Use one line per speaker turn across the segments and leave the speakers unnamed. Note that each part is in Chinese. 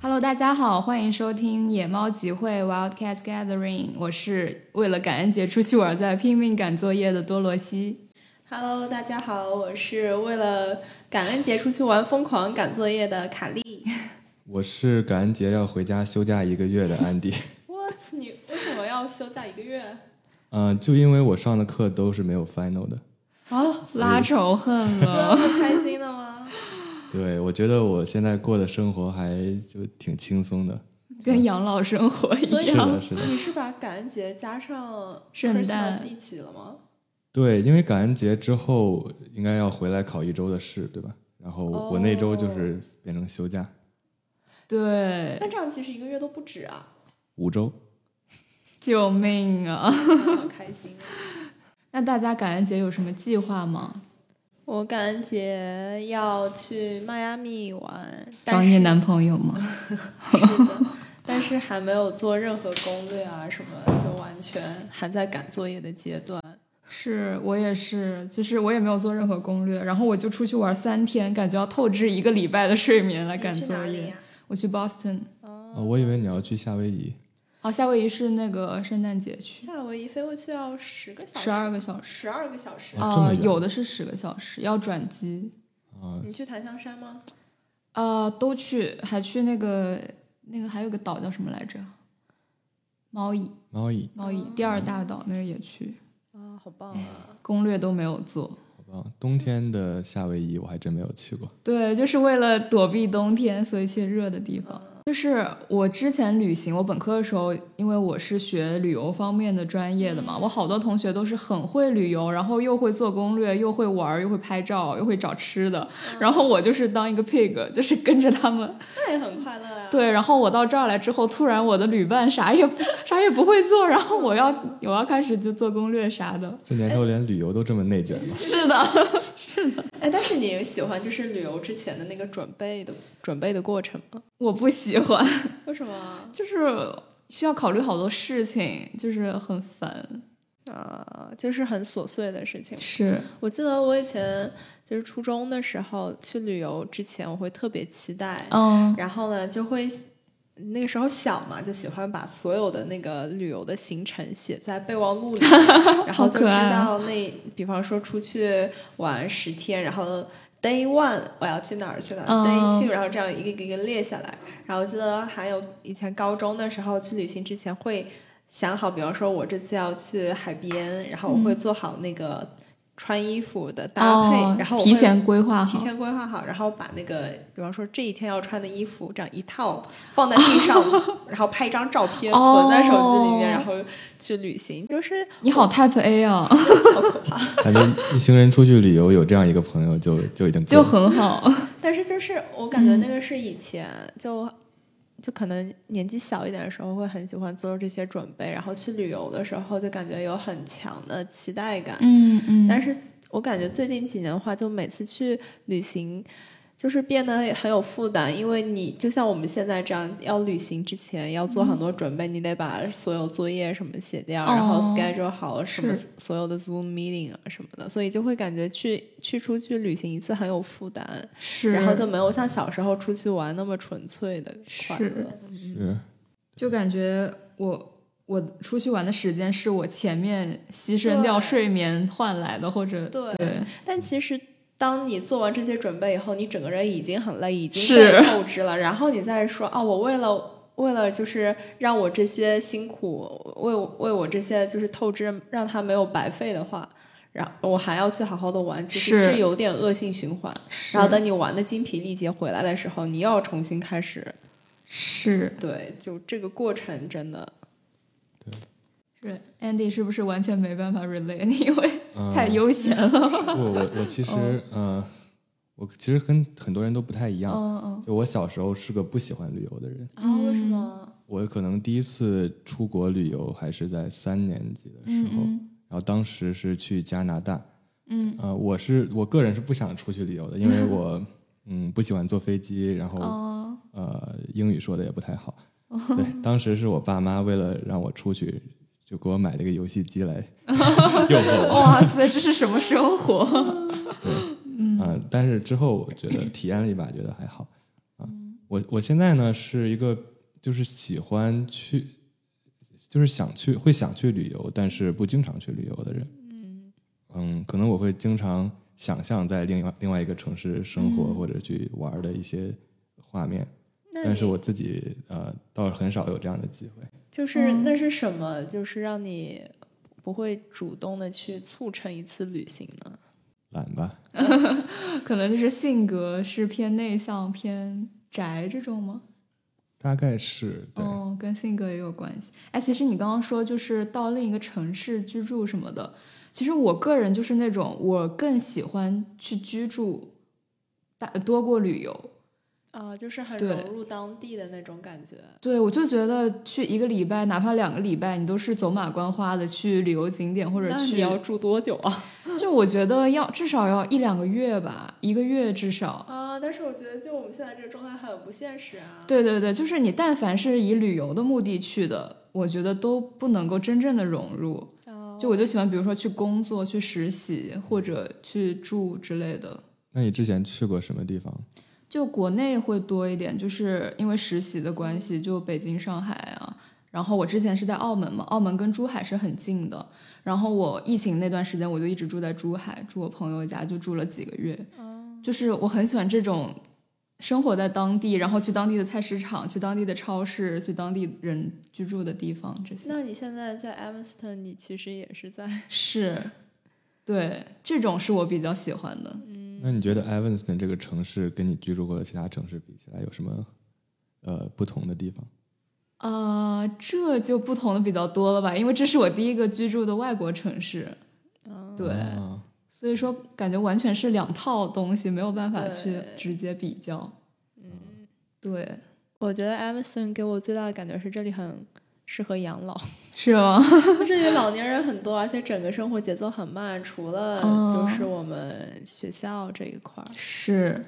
Hello，大家好，欢迎收听野猫集会 Wildcat Gathering，我是为了感恩节出去玩在拼命赶作业的多罗西。
Hello，大家好，我是为了感恩节出去玩疯狂赶作业的卡莉。
我是感恩节要回家休假一个月的安迪。
我去，你为什么要休假一个月？
嗯、就因为我上的课都是没有 final 的。
哦，拉仇恨了。
不开心的吗？
对，我觉得我现在过的生活还就挺轻松的。
跟养老生活
所
一
以啊
是
样
的，。是 的。
你是把感恩节加上
圣诞
Christmas 一起了吗？
对，因为感恩节之后应该要回来考一周的试，对吧？然后我我那周就是变成休假
对，
那这样其实一个月都不止啊，
五周。
救命啊！
好开心啊。
那大家感恩节有什么计划吗？
我感恩节要去迈阿密玩，
找
但
你
是
男朋友 吗？
但是还没有做任何攻略啊什么，就完全还在赶作业的阶段。
是我也是，就是我也没有做任何攻略，然后我就出去玩三天，感觉要透支一个礼拜的睡眠来赶
你去
作
哪里啊
业。
呀？
我去 Boston，
啊，我以为你要去夏威夷。
哦，夏威夷是那个圣诞节去，
夏威夷飞过去要十个小时，
十二个小时。
十二个小时。
哦这么
呃，
远
有的是十个小时，要转机。
啊，
你去檀香山吗？
呃，都去，还去那个那个还有个岛叫什么来着？猫屿，
猫屿，
猫屿第二大岛那个也去，
啊，好棒啊！
攻略都没有做。
好吧，冬天的夏威夷我还真没有去过。
对，就是为了躲避冬天，所以去热的地方。就是我之前旅行，我本科的时候，因为我是学旅游方面的专业的嘛，我好多同学都是很会旅游，然后又会做攻略，又会玩儿，又会拍照，又会找吃的。然后我就是当一个 pig，就是跟着他们
那也很快乐啊。，
对，然后我到这儿来之后，突然我的旅伴啥也不啥也不会做，然后我要我要开始就做攻略啥的。
这年头连旅游都这么内卷吗？
是的，
哎，但是你喜欢就是旅游之前的那个准备的准备的过程吗？
我不喜欢，
为什么啊？
就是需要考虑好多事情，就是很烦。
啊，就是很琐碎的事情。
是，
我记得我以前就是初中的时候去旅游之前，我会特别期待，
嗯，
然后呢就会。呃那个时候小嘛，就喜欢把所有的那个旅游的行程写在备忘录里，然后
好
就
可
知
爱啊
道那，比方说出去玩十天，然后 day one 我要去哪儿去哪儿、
嗯
d a y two 然后这样一个一个一个列下来。然后我记得还有以前高中的时候去旅行之前会想好，比方说我这次要去海边，然后我会做好那个穿衣服的搭配，
嗯哦，
然后我
提
会
前规划
提
好。
前规划好，然后把那个，比方说这一天要穿的衣服，这样一套放在地上，然后拍一张照片存在手机里面，
哦
然后去旅行，就是
你好 Type A 啊，
好可怕。
感觉一行人出去旅游有这样一个朋友就就已经够
就
了
很好。
但是就是我感觉那个是以前就。就可能年纪小一点的时候会很喜欢做这些准备，然后去旅游的时候就感觉有很强的期待感。
嗯嗯
但是我感觉最近几年的话，就每次去旅行，就是变得很有负担，因为你就像我们现在这样，要旅行之前要做
嗯
很多准备，你得把所有作业什么写掉，然后
哦
schedule 好什么
是
所有的 Zoom meeting 啊什么的，所以就会感觉去去出去旅行一次很有负担，
嗯是，
然后就没有像小时候出去玩那么纯粹的快
是
乐。
是。
就感觉我我出去玩的时间是我前面牺牲掉
对
睡眠换来的，或者
对
对
但其实，当你做完这些准备以后，你整个人已经很累，已经
是
被透支了。然后你再说啊，我为了为了就是让我这些辛苦，为我为我这些就是透支，让它没有白费的话，然后我还要去好好的玩，其实
是
这有点恶性循环。然后等你玩的精疲力竭回来的时候，你又要重新开始。
是
对，就这个过程真的
是 Andy 是不是完全没办法 relate？因为
嗯
太悠闲了。
不，我我其实，
嗯
呃，我其实跟很多人都不太一样。
嗯嗯，
就我小时候是个不喜欢旅游的人，
啊，为什么？
我可能第一次出国旅游还是在三年级的时候，
嗯
然后当时是去加拿大。
嗯，
呃，我是我个人是不想出去旅游的，因为我嗯不喜欢坐飞机，然后、
哦
呃英语说的也不太好。对，当时是我爸妈为了让我出去，就给我买了一个游戏机来 诱惑我。
哇塞，这是什么生活？
呃对，嗯、但是之后我觉得体验了一把，觉得还好，啊，我我现在呢是一个就是喜欢去，就是想去会想去旅游，但是不经常去旅游的人。嗯，可能我会经常想象在另外另外一个城市生活或者去玩儿的一些画面，
那
但是
你
我自己呃倒是很少有这样的机会。
就是、
嗯
那是什么？就是让你不会主动的去促成一次旅行呢？
懒吧，
可能就是性格是偏内向、偏宅这种吗？
大概是对。
哦，跟性格也有关系。哎，其实你刚刚说就是到另一个城市居住什么的，其实我个人就是那种我更喜欢去居住，大呃多过旅游。
啊，就是很
对
融入当地的那种感觉。
对，我就觉得去一个礼拜，哪怕两个礼拜，你都是走马观花的去旅游景点或者
那
去
你要住多久 啊？
就我觉得要至少要一两个月吧，一个月至少。
啊，但是我觉得就我们现在这个状态很不现实啊。
对对对，就是你但凡是以旅游的目的去的，我觉得都不能够真正的融入。
啊，
就我就喜欢，比如说去工作、去实习或者去住之类的。
那你之前去过什么地方？
就国内会多一点，就是因为实习的关系，就北京、上海啊。然后我之前是在澳门嘛，澳门跟珠海是很近的。然后我疫情那段时间，我就一直住在珠海，住我朋友家，就住了几个月。就是我很喜欢这种生活在当地，然后去当地的菜市场，去当地的超市，去当地人居住的地方，这些
那你现在在 Evanston，你其实也是在
是，对，这种是我比较喜欢的。
那你觉得 Evanston 这个城市跟你居住过的其他城市比起来有什么呃不同的地方？
呃，这就不同的比较多了吧，因为这是我第一个居住的外国城市，对，
啊
所以说感觉完全是两套东西，没有办法去
对
直接比较。嗯对，
我觉得 Evanston 给我最大的感觉是这里很适合养老，
是吗？
这里老年人很多，而且整个生活节奏很慢，除了
嗯
就是我们学校这一块儿。
是，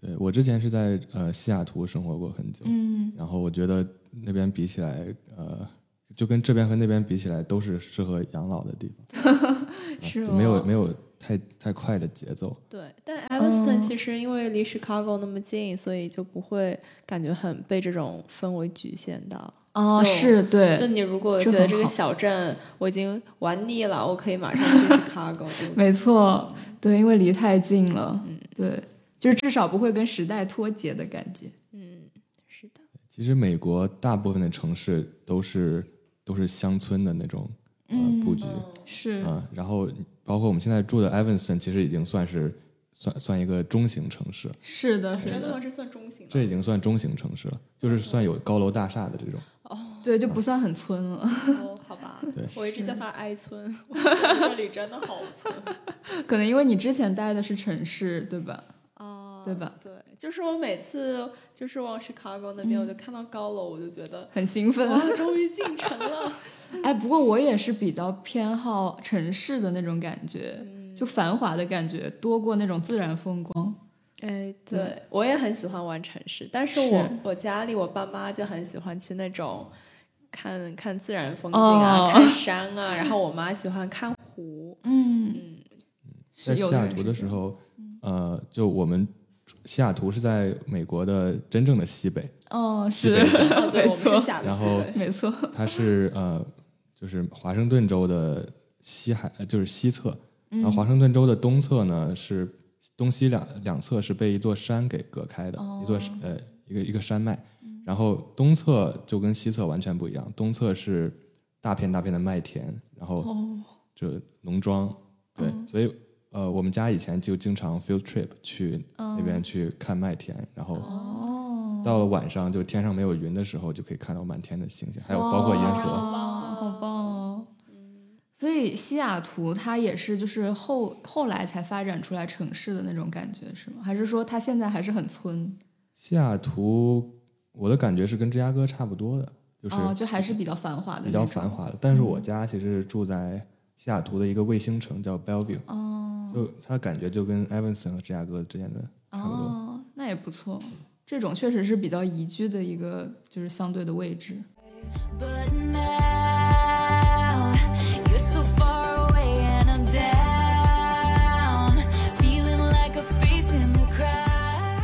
对我之前是在呃西雅图生活过很久，
嗯，
然后我觉得那边比起来，呃，就跟这边和那边比起来，都是适合养老的地方，
是
就没有
吗
没有太太快的节奏。
对，但 Evanston
嗯
其实因为离 Chicago 那么近，所以就不会感觉很被这种氛围局限到。
哦，
就是
对，
就你如果
这
觉得
很
这个
好
小镇我已经玩腻了，我可以马上去 Chicago 对。
没错，对，因为离太近了，对，就是至少不会跟时代脱节的感觉。
嗯，是的，
其实美国大部分的城市都是都是乡村的那种呃
嗯
布局啊、
是
然后包括我们现在住的 Evanston，其实已经算是算算一个中型城市，
是的，是
觉得
的
我，是算中型
这
的。
已经算中型城市了，就是算有高楼大厦的这种。
对，就不算很村了，
哦，好吧
对，
我一直叫它哀村，我觉得这里真的好 村。
可能因为你之前待的是城市，对吧？
啊，
对吧？
对，就是我每次就是往 Chicago 那
嗯
边，我就看到高楼，我就 觉得
很兴奋，
哇，终于进城了。
哎，不过我也是比较偏好城市的那种感觉，
嗯
就繁华的感觉多过那种自然风光。
哎，
嗯
对，我也很喜欢玩城市，但是我我家里我爸妈就很喜欢去那种看看自然风景啊，
哦
看山啊，然后我妈喜欢看湖。
嗯，
嗯，
是
在西
有的
雅
人
图
是
的
这
时
样，嗯
候，呃，就我们西雅图是在美国的真正的西北，
哦，
西
是
北角，
哦，对，
没
我们
错
是假的
然
思
后
维。
没错，
它是呃，就是华盛顿州的西海，呃就是西侧，
嗯
然后华盛顿州的东侧呢是东西两两侧是被一座山给隔开的，
哦
一座山呃一个一个山脉，
嗯
然后东侧就跟西侧完全不一样，东侧是大片大片的麦田，然后
哦，
就农庄，对，所以呃，我们家以前就经常 field trip 去那边去看麦田，然后
哦，
到了晚上就天上没有云的时候，就可以看到满天的星星，还有 包括烟
哇
蛇。
啊
好棒哦！
嗯
所以西雅图它也是就是后后来才发展出来城市的那种感觉是吗？还是说它现在还是很村
西雅图，我的感觉是跟芝加哥差不多的，就是
啊、哦就还是比较繁华的
比
那种，
较
嗯
繁华的。但是我家其实是住在西雅图的一个卫星城，叫 Bellevue，
哦
就它感觉就跟 Evanston 和芝加哥之间的差不多。
哦，那也不错。这种确实是比较宜居的一个，就是相对的位置。
But now you're so far away and I'm down, feeling like a face in the crowd.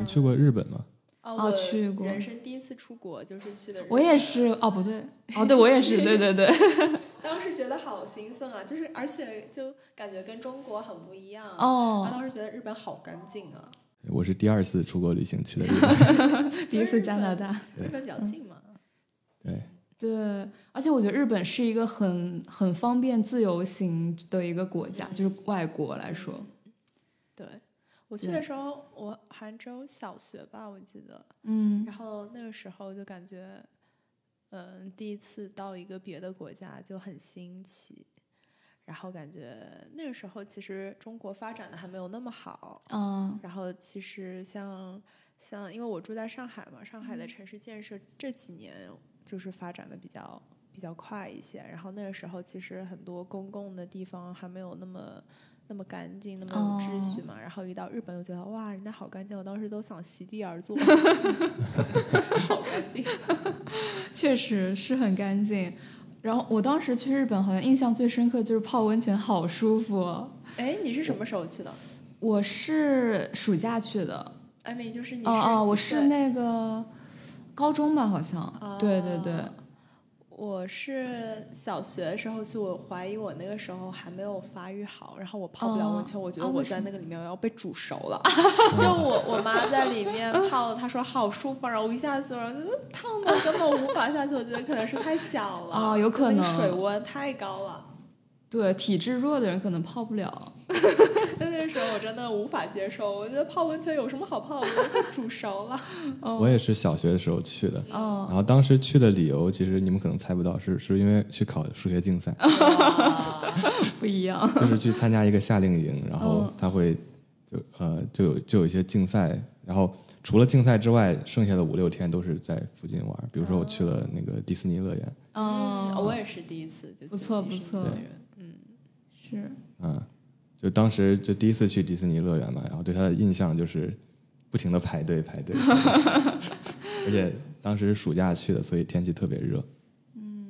你去过日本吗？
哦
我
去过
人生第一次出国就是去的日本。
我也是，哦，不对，哦，对我也是，对对对，
当时觉得好兴奋啊，就是而且就感觉跟中国很不一样。啊，
哦，
当时觉得日本好干净啊，
我是第二次出国旅行去的日 本，
第一次加拿大，
对
日本
嗯
比较近嘛。
对，
对，而且我觉得日本是一个很很方便自由行的一个国家，就是外国来说，
对，我去的时候，我杭州小学吧，我记得，
嗯
然后那个时候就感觉，嗯，第一次到一个别的国家就很新奇，然后感觉那个时候其实中国发展的还没有那么好，
嗯
然后其实像像因为我住在上海嘛，上海的城市建设这几年就是发展的比较比较快一些，然后那个时候其实很多公共的地方还没有那么。那么干净，那么有秩序嘛然后一到日本，就觉得哇，人家好干净，我当时都想席地而坐，好干净。
确实是很干净。然后我当时去日本，好像印象最深刻就是泡温泉，好舒服哦。
哎，你是什么时候去的？
我是暑假去的，
艾米，就是你是
哦哦，我
几
是
岁哦
那个高中吧，好像，对对对，
我是小学的时候去，我怀疑我那个时候还没有发育好，然后我泡不了温泉，
哦
我
啊
觉得我
为什
在那个里面我要被煮熟 了。就我我妈在里面泡，她说好舒服，然后我一下去，然后就嗯烫的根本无法下去，我觉得可能是太小了，
啊有
就
可
那个
能
水温太高了。
对体质弱的人可能泡不了。
但那个时候我真的无法接受，我觉得泡温泉有什么好泡，我觉得被煮熟了。
我也是小学的时候去的，
哦
然后当时去的理由其实你们可能猜不到，是是因为去考数学竞赛，
哇
不一样。
就是去参加一个夏令营，然后
嗯
他会就呃就有就有一些竞赛，然后除了竞赛之外，剩下的五六天都是在附近玩。比如说我去了那个迪士尼乐园，
哦，
我也是第一次就
不错不错
对
对，是
嗯，就当时就第一次去迪士尼乐园嘛，然后对它的印象就是不停的排队排队，而且当时是暑假去的，所以天气特别热。嗯，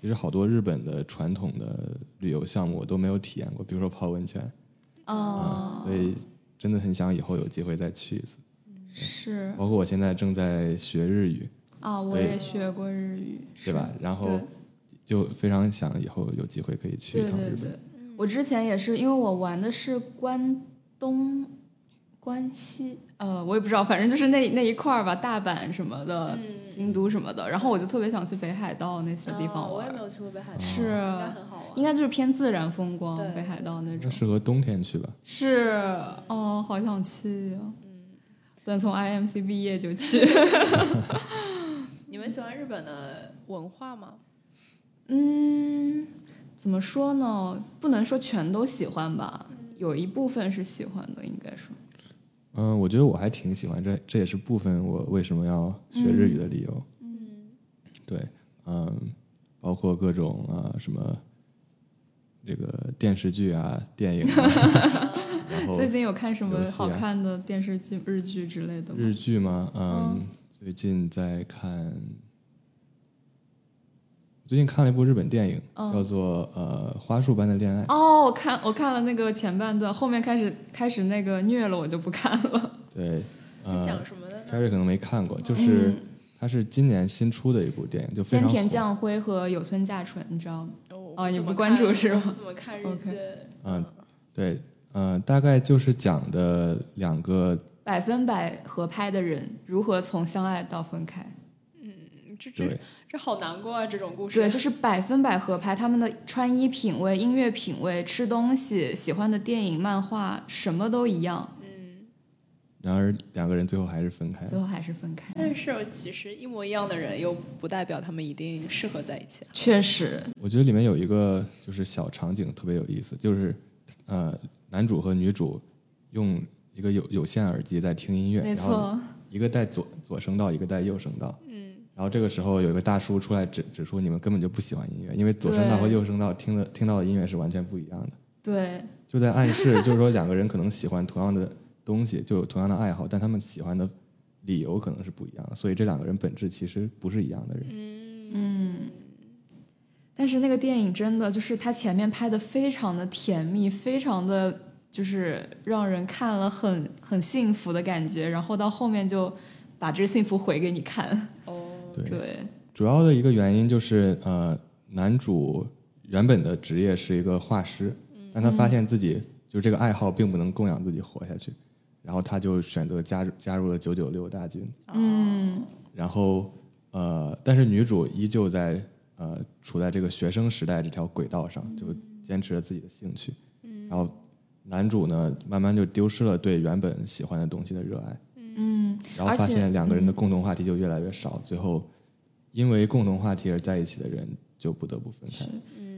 其实好多日本的传统的旅游项目我都没有体验过，比如说泡温泉。
嗯
哦，
所以真的很想以后有机会再去一次。
是
包括我现在正在学日语，
啊，我
所以
也学过日语，
对吧？然后
对
就非常想以后有机会可以去
对
一趟
对
日
对
本。，
嗯
我之前也是，因为我玩的是关东、关西，呃，我也不知道，反正就是那那一块儿吧，大阪什么的、
嗯
京都什么的。然后我就特别想去北海道那些地
啊
方
我也
玩，哦
没有去过北海道，
是
应该很好玩。
应该就是偏自然风光
对，
北海道那
那
种。
适合冬天去吧？
是，哦，好想去啊！等从 IMC 毕业就去。
你们喜欢日本的文化吗？
嗯，怎么说呢？不能说全都喜欢吧，有一部分是喜欢的，应该说。
嗯，我觉得我还挺喜欢这，这也是部分我为什么要学日语的理由。嗯，对，嗯，包括各种啊什么这个电视剧啊、电影啊， 然后
最近有看什么
游戏啊
好看的电视剧、日剧之类的吗？
日剧吗？嗯，最近在看，最近看了一部日本电影，
嗯
叫做呃《花束般的恋爱》。
哦，我看我看了那个前半段，后面开始开始那个虐了，我就不看了。
对，
是
呃
讲什么的呢？
凯瑞可能没看过，就是、它是今年新出的一部电影，就 非
嗯菅
常
田
火。
将晖和有村架纯，你知道吗？
哦
啊你
怎么
不关注
看
是吗
我不怎么看日剧？
嗯，对，呃，大概就是讲的两个
百分百合拍的人如何从相爱到分开？
嗯这这
对，
这好难过啊！这种故事，
对，就是百分百合拍，他们的穿衣品味、音乐品味、吃东西、喜欢的电影、漫画，什么都一样，
嗯，
然而两个人最后还是分开
最
了。
后还是分开。
但是其实一模一样的人，又不代表他们一定适合在一起啊。
确实，
我觉得里面有一个就是小场景特别有意思，就是呃，男主和女主用一个有有线耳机在听音乐，
没
然后
错，
一个带左左声道，一个带右声道。嗯。然后这个时候有一个大叔出来指指出你们根本就不喜欢音乐，因为左声道和
对
右声道听的听到的音乐是完全不一样的，
对，
就在暗示 就是说两个人可能喜欢同样的东西，就有同样的爱好，但他们喜欢的理由可能是不一样的，所以这两个人本质其实不是一样的人。
嗯但是那个电影真的就是它前面拍的非常的甜蜜，非常的就是让人看了很很幸福的感觉，然后到后面就把这幸福回给你看。
哦，
对，
对，
主要的一个原因就是，呃，男主原本的职业是一个画师，但他发现自己就这个爱好并不能供养自己活下去，然后他就选择加入加入了九九六大军，
嗯
然后呃，但是女主依旧在呃处在这个学生时代这条轨道上，
嗯
就坚持着自己的兴趣，然后男主呢慢慢就丢失了对原本喜欢的东西的热爱，
嗯，
然后
而
发
且嗯
现两个人的共同话题就越来越少，最后因为共同话题而在一起的人就不得不分开。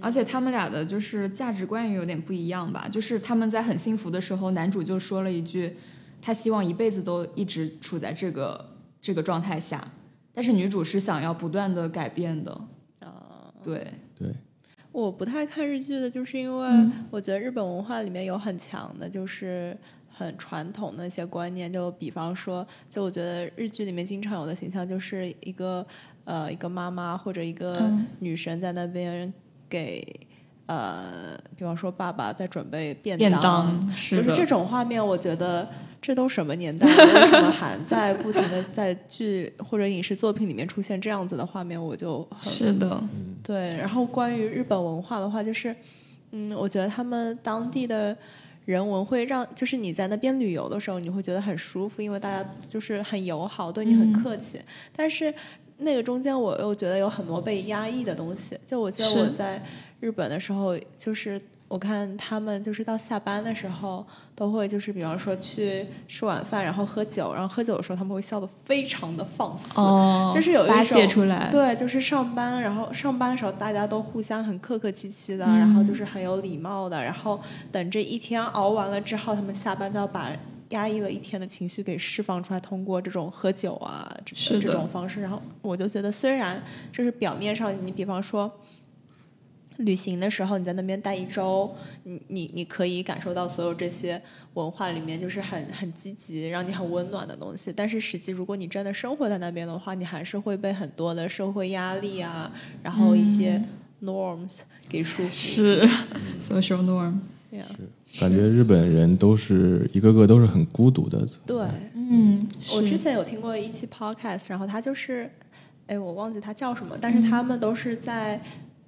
而且他们俩的就是价值观也有点不一样吧。就是他们在很幸福的时候，男主就说了一句，他希望一辈子都一直处在这个这个状态下，但是女主是想要不断的改变的。
啊，
对，
对，
我不太看日剧的，就是因为
嗯
我觉得日本文化里面有很强的，就是很传统的一些观念。就比方说，就我觉得日剧里面经常有的形象，就是一个呃一个妈妈或者一个
嗯
女神在那边给呃，比方说爸爸在准备便
便当是
就
的，
是这种画面，我觉得这都什么年代了，为什么还在不停的在剧或者影视作品里面出现这样子的画面，我就很
是的，
对。然后关于日本文化的话，就是嗯，我觉得他们当地的。人文会让，就是你在那边旅游的时候，你会觉得很舒服，因为大家就是很友好，对你很
嗯
客气。但是那个中间，我又觉得有很多被压抑的东西。就我记得我
是
在日本的时候，就是我看他们就是到下班的时候，都会就是比方说去吃晚饭，然后喝酒，然后喝酒的时候他们会笑得非常的放肆，
哦，
就是有一
发
种
泄出来，
对，就是上班，然后上班的时候大家都互相很客客气气的，
嗯
然后就是很有礼貌的，然后等这一天熬完了之后，他们下班就要把压抑了一天的情绪给释放出来，通过这种喝酒啊这
是的
这种方式。然后我就觉得，虽然就是表面上，你比方说。旅行的时候，你在那边待一周，你你你可以感受到所有这些文化里面就是很很积极，让你很温暖的东西。但是实际，如果你真的生活在那边的话，你还是会被很多的社会压力啊，然后一些 norms 给束缚。
嗯是 social norm，
对呀
感觉日本人都是一个个都是很孤独的。
对，
嗯，
我
是
之前有听过一期 podcast，然后他就是，哎，我忘记他叫什么，但是
嗯
他们都是在，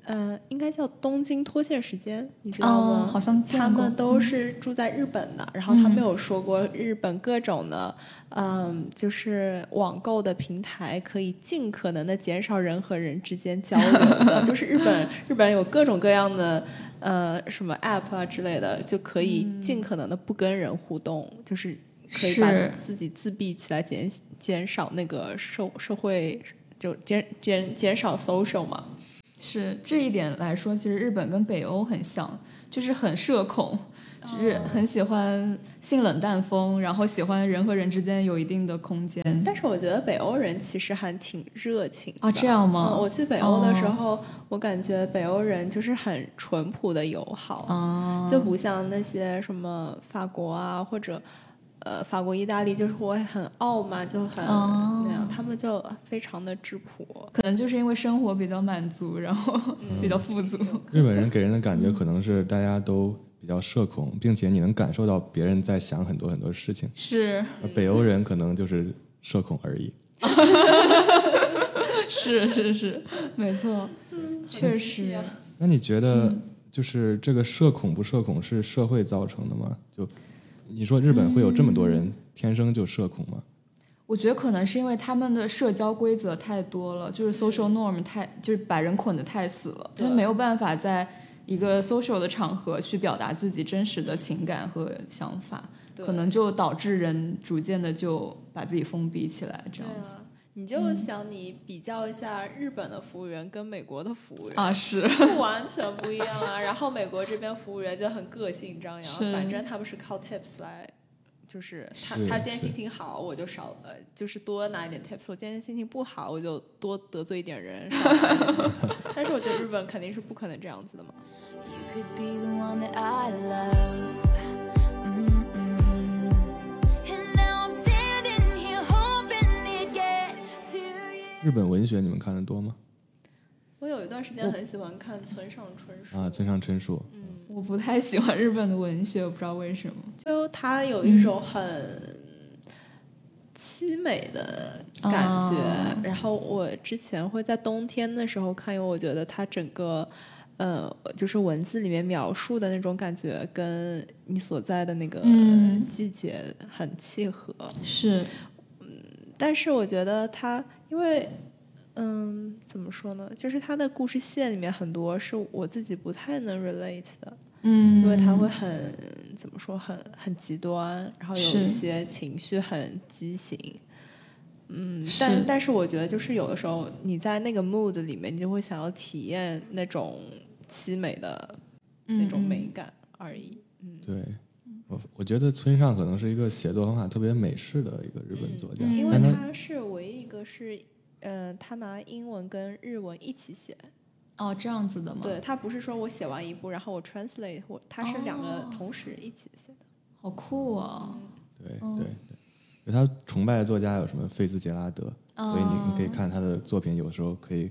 呃，应该叫东京脱线时间，你知道吗？
哦，好像
他
见过嗯
们都是住在日本的，然后他们有说过日本各种的，嗯，就是网购的平台可以尽可能的减少人和人之间交流 的，就是日本日本有各种各样的呃什么 app 啊之类的，就可以尽可能的不跟人互动，就是可以把
嗯是
自己自闭起来减，减少那个社社会就减减减少 social 嘛，
是这一点来说，其实日本跟北欧很像，就是很社恐，
哦
就是很喜欢性冷淡风，然后喜欢人和人之间有一定的空间
但是我觉得北欧人其实还挺热情
啊，
的
这样吗？
嗯，我去北欧的时候，
哦
我感觉北欧人就是很淳朴的友好，
啊，
就不像那些什么法国啊或者呃法国、意大利，就是我很傲慢，就很、
哦
那样，他们就非常的质朴。
可能就是因为生活比较满足，然后
嗯
比较富足，
日本人给人的感
嗯
觉可能是大家都比较社恐，并且你能感受到别人在想很多很多事情，
是
而呃北欧人可能就是社恐而已。
是是是，没错，确
神奇
实
啊。
那你觉得就是这个社恐不社恐是社会造成的吗？就你说日本会有这么多人天生就社恐吗？
我觉得可能是因为他们的社交规则太多了，就是 social norm 太就是把人捆得太死了，他
对
们没有办法在一个 social 的场合去表达自己真实的情感和想法，
对
可能就导致人逐渐的就把自己封闭起来这
对
样子。
啊，你
嗯
就想你比较一下日本的服务员跟美国的服务员，
啊，是
就完全不一样啊。 然后美国这边服务员就很个性张扬，
是
反正他们是靠 tips 来，就是他
是
他今天
是
心情好，我就少呃，就是多拿一点 tips；我今天心情不好，我就多得罪一点人。少拿一点 tips 但是我觉得日本肯定是不可能这样子的嘛。
You could be the one that I love. Mm-mm. And now I'm standing here hoping it gets to you.
日本文学你们看的多吗？
我有有一段时间很喜欢看村上春树
啊，村上春树，
我不太喜欢日本的文学，我不知道为什么。
就它有一
嗯
种很凄美的感觉。
啊
然后我之前会在冬天的时候看，因为我觉得它整个。呃，就是文字里面描述的那种感觉，跟你所在的那个
嗯
季节很契合。
是，
但是我觉得它，因为，嗯，怎么说呢？就是它的故事线里面很多是我自己不太能 relate 的，
嗯，
因为它会很怎么说，很很极端，然后有
是
一些情绪很畸形。嗯，
是
但但是我觉得，就是有的时候你在那个 mood 里面，你就会想要体验那种凄美的那种
嗯
美感而已。嗯，
对。我我觉得村上可能是一个写作方法特别美式的一个日本作家，
嗯
因为
但他
他是唯一一个是，呃，他拿英文跟日文一起写，
哦，这样子的吗？，
对他不是说我写完一部，然后我 translate，我他是两个
哦
同时一起写的。
好酷啊！
对
嗯
对对，就他崇拜的作家有什么费兹杰拉德，所以你你可以看他的作品，有时候可以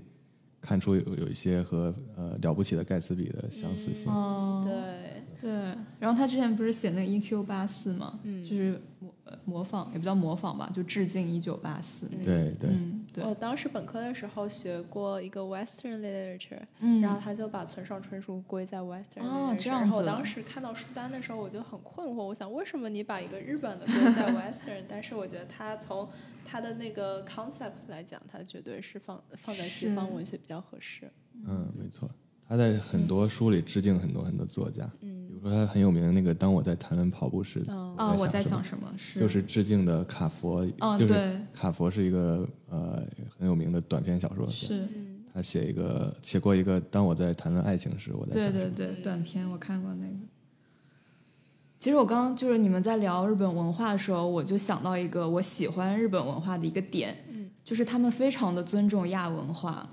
看出有有一些和呃了不起的盖茨比的相似性。
哦，
对，
对，然后他之前不是写那个 EQ 八四嘛，
嗯
就是模呃模仿，也不叫模仿吧，就致敬一九八四。
对对，
嗯，对，
我当时本科的时候学过一个 Western literature，、
嗯，
然后他就把村上春树归在 Western literature、
哦这样
然后我
子
当时看到书单的时候，我就很困惑，我想为什么你把一个日本的归 在 Western？但是我觉得他从他的那个 concept 来讲，他绝对是放放在西
是
方文学比较合适。
嗯，没错，他在很多书里致敬很多很多作家，比
嗯
如说他很有名的那个《当我在谈论跑步时》，
嗯
啊，我在
什么
想什么？是
就是致敬的卡佛，
嗯，
就是
对，
卡佛是一个呃很有名的短篇小说，
是，
嗯，
他写一个写过一个《当我在谈论爱情时》，我在想
对
什么
对对，短片我看过那个。其实我刚刚就是你们在聊日本文化的时候，我就想到一个我喜欢日本文化的一个点，
嗯
就是他们非常的尊重亚文化，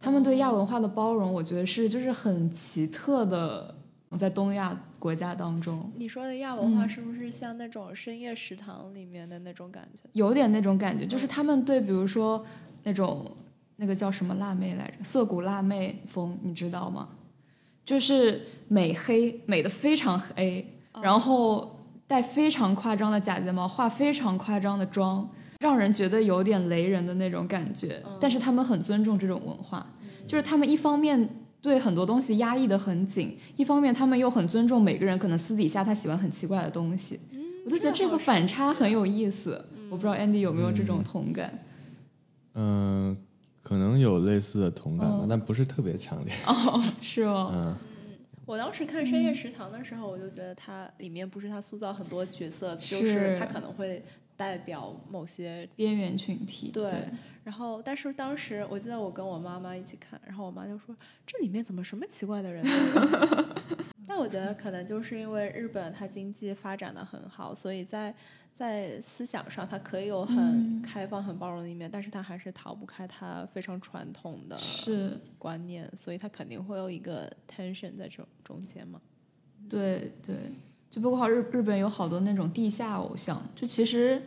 他
哦
们对亚文化的包容，我觉得是就是很奇特的，在东亚国家当中
你说的亚文化
嗯
是不是像那种深夜食堂里面的那种感觉？
有点那种感觉，就是他们对比如说那种那个叫什么辣妹来着，涩谷辣妹风，你知道吗？就是美黑美的非常黑，然后戴非常夸张的假睫毛，化非常夸张的妆，让人觉得有点雷人的那种感觉。但是他们很尊重这种文化，就是他们一方面对很多东西压抑的很紧，一方面他们又很尊重每个人，可能私底下他喜欢很奇怪的东西。我就觉嗯得这个反差很有意思，我不知道 Andy 有没有这种同感。
嗯、可能有类似的同感吧，
嗯
但不是特别强烈。
哦，是哦，
嗯，
我当时看《
嗯
深夜食堂》的时候，我就觉得它里面不是它塑造很多角色，就是是它可能会代表某些。
边缘群体。
对
对，
然后，但是当时我记得我跟我妈妈一起看，然后我妈就说：“这里面怎么什么奇怪的人都有？” 但我觉得可能就是因为日本它经济发展的很好，所以在在思想上它可以有很
嗯
开放、很包容的一面，但是它还是逃不开它非常传统的
是。
观念，所以它肯定会有一个 tension 在中中间嘛。
对对，就包括日日本有好多那种地下偶像，就其实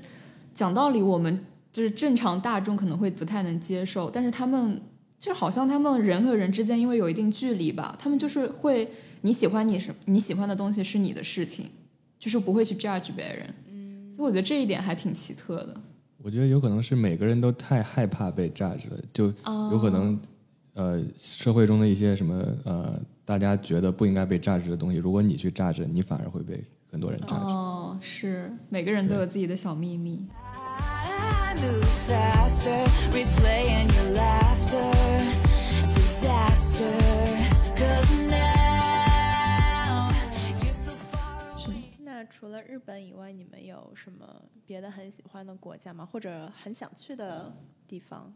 讲道理，我们就是正常大众可能会不太能接受，但是他们就好像他们人和人之间因为有一定距离吧，他们就是会你喜欢你什你喜欢的东西是你的事情，就是不会去 judge 别人，嗯，所以我觉得这一点还挺奇特的，
我觉得有可能是每个人都太害怕被 judge 了，就
哦
有可能、呃，社会中的一些什么呃，大家觉得不应该被 judge 的东西，如果你去 judge，你反而会被很多人 judge。
哦，是每个人都有自己的小秘密，
I move faster, replaying your laughter. Disaster, 'cause now you're so far
是
away.
那除了日本以外，你们有什么别的很喜欢的国家吗？或者很想去的地方？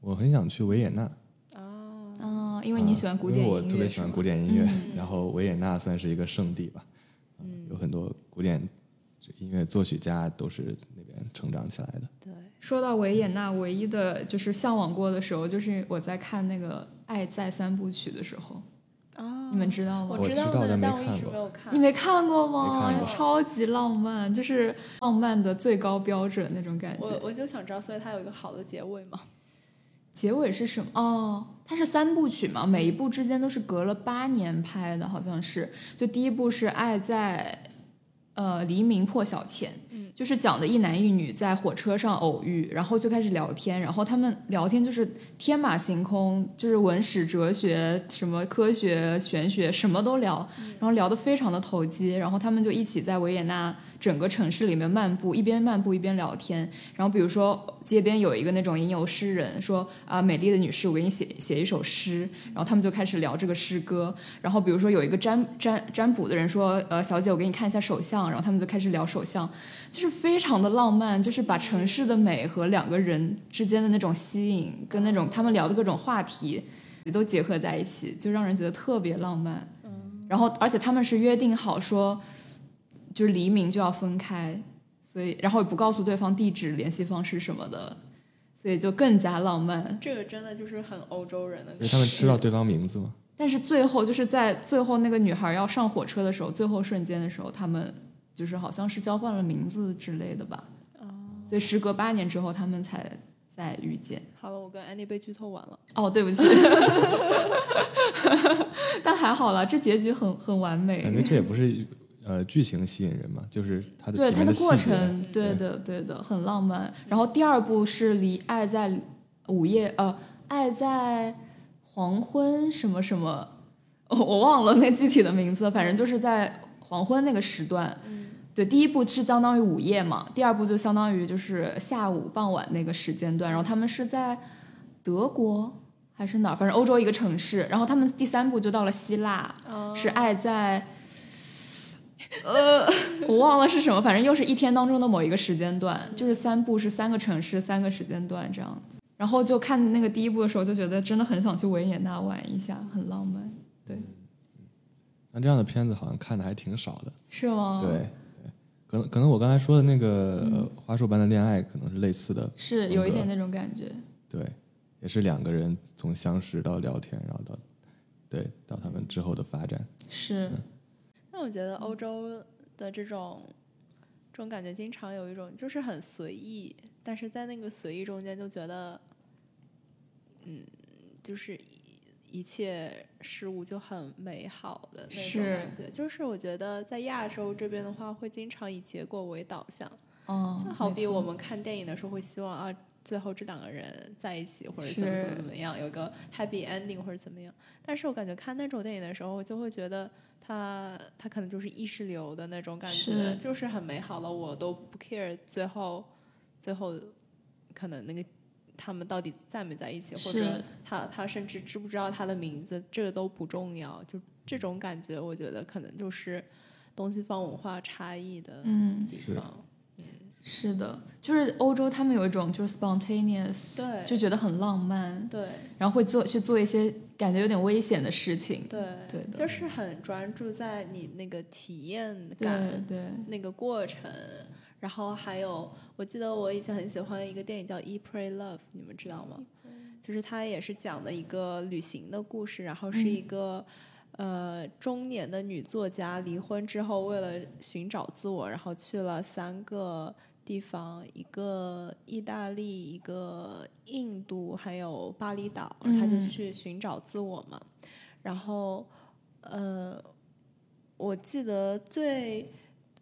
我很想去维也纳，
哦，
嗯、因为你喜欢古典
啊因
音
为
乐，
我特别喜欢
是吗
古典音乐，
嗯
然后维也纳算是一个圣地吧，嗯，有很多古典音乐作曲家都是那边成长起来的。
对，
说到维也纳，唯一的就是向往过的时候，就是我在看那个《爱在三部曲》的时候，
哦
你们知道吗？
我知
知道
那个，
但没
但我一
看
直
过
没有看。
你没看过吗？
没看过
超级浪漫，就是浪漫的最高标准那种感
我
觉。
我就想知道，所以它有一个好的结尾吗？
结尾是什么？哦，它是三部曲嘛，每一部之间都是隔了八年拍的，好像是。就第一部是《爱在呃黎明破晓前》，就是讲的一男一女在火车上偶遇，然后就开始聊天，然后他们聊天就是天马行空，就是文史哲学、什么科学、玄学什么都聊，然后聊得非常的投机，然后他们就一起在维也纳整个城市里面漫步，一边漫步一边聊天，然后比如说街边有一个那种吟游诗人说啊，美丽的女士，我给你写写一首诗，然后他们就开始聊这个诗歌。然后比如说有一个占占占卜的人说，呃，小姐，我给你看一下手相，然后他们就开始聊手相，就是非常的浪漫，就是把城市的美和两个人之间的那种吸引，跟那种他们聊的各种话题都结合在一起，就让人觉得特别浪漫。然后而且他们是约定好说，就是黎明就要分开，所以然后也不告诉对方地址、联系方式什么的，所以就更加浪漫。
这个真的就是很欧洲人的
所以他们知道对方名字吗？
但是最后就是在最后那个女孩要上火车的时候，最后瞬间的时候，他们就是好像是交换了名字之类的吧。所以时隔八年之后，他们才再遇见。
好了，我跟安妮被剧透完了。
哦，对不起， 但还好啦，这结局很很完
感觉
美。
这也不是呃剧情吸引人嘛，就是它的
对
里
它
面
的
的
过
细节
程，对的对的，很浪漫。然后第二部是《离爱在午夜》，呃，爱在黄昏什么什么，哦我忘了那具体的名字，反正就是在黄昏那个时段。对，第一部是相当于午夜嘛，第二部就相当于就是下午傍晚那个时间段。然后他们是在德国还是哪儿，反正欧洲一个城市。然后他们第三部就到了希腊，是爱在。呃，我忘了是什么，反正又是一天当中的某一个时间段，就是三部是三个城市、三个时间段这样子。然后就看那个第一部的时候，就觉得真的很想去维也纳玩一下，很浪漫，对，
那这样的片子好像看的还挺少的。
是吗？
对，对，可能可能我刚才说的那个、
嗯
呃花束般的恋爱可能是类似的，
是有一点那种感觉。
对，也是两个人从相识到聊天，然后到对到他们之后的发展。
是，
那我觉得欧洲的这种这种感觉，经常有一种就是很随意，但是在那个随意中间就觉得，嗯，就是一一切事物就很美好的那种
是
感觉。就是我觉得在亚洲这边的话，会经常以结果为导向，
嗯，
就好比
没错
我们看电影的时候会希望啊，最后这两个人在一起，或者
是
怎么怎么怎么样，有个 happy ending 或者怎么样。但是我感觉看那种电影的时候，我就会觉得它它可能就是意识流的那种感觉，
是
就是很美好了，我都不 care 最后最后可能那个。他们到底在没在一起，或者
是
他他甚至知不知道他的名字，这个都不重要。就这种感觉，我觉得可能就是东西方文化差异的
嗯
地
是
方。
是的，就是欧洲他们有一种就是 spontaneous，
对
就觉得很浪漫，
对，
然后会做去做一些感觉有点危险的事情，
对，
对的
就是很专注在你那个体验
对
感、
对，
那个过程。然后还有，我记得我以前很喜欢一个电影叫《E Pray Love》，你们知道吗？就是它也是讲的一个旅行的故事，然后是一个、呃中年的女作家离婚之后，为了寻找自我，然后去了三个地方，一个意大利，一个印度，还有巴厘岛，她就
嗯
去寻找自我嘛。然后，呃，我记得最。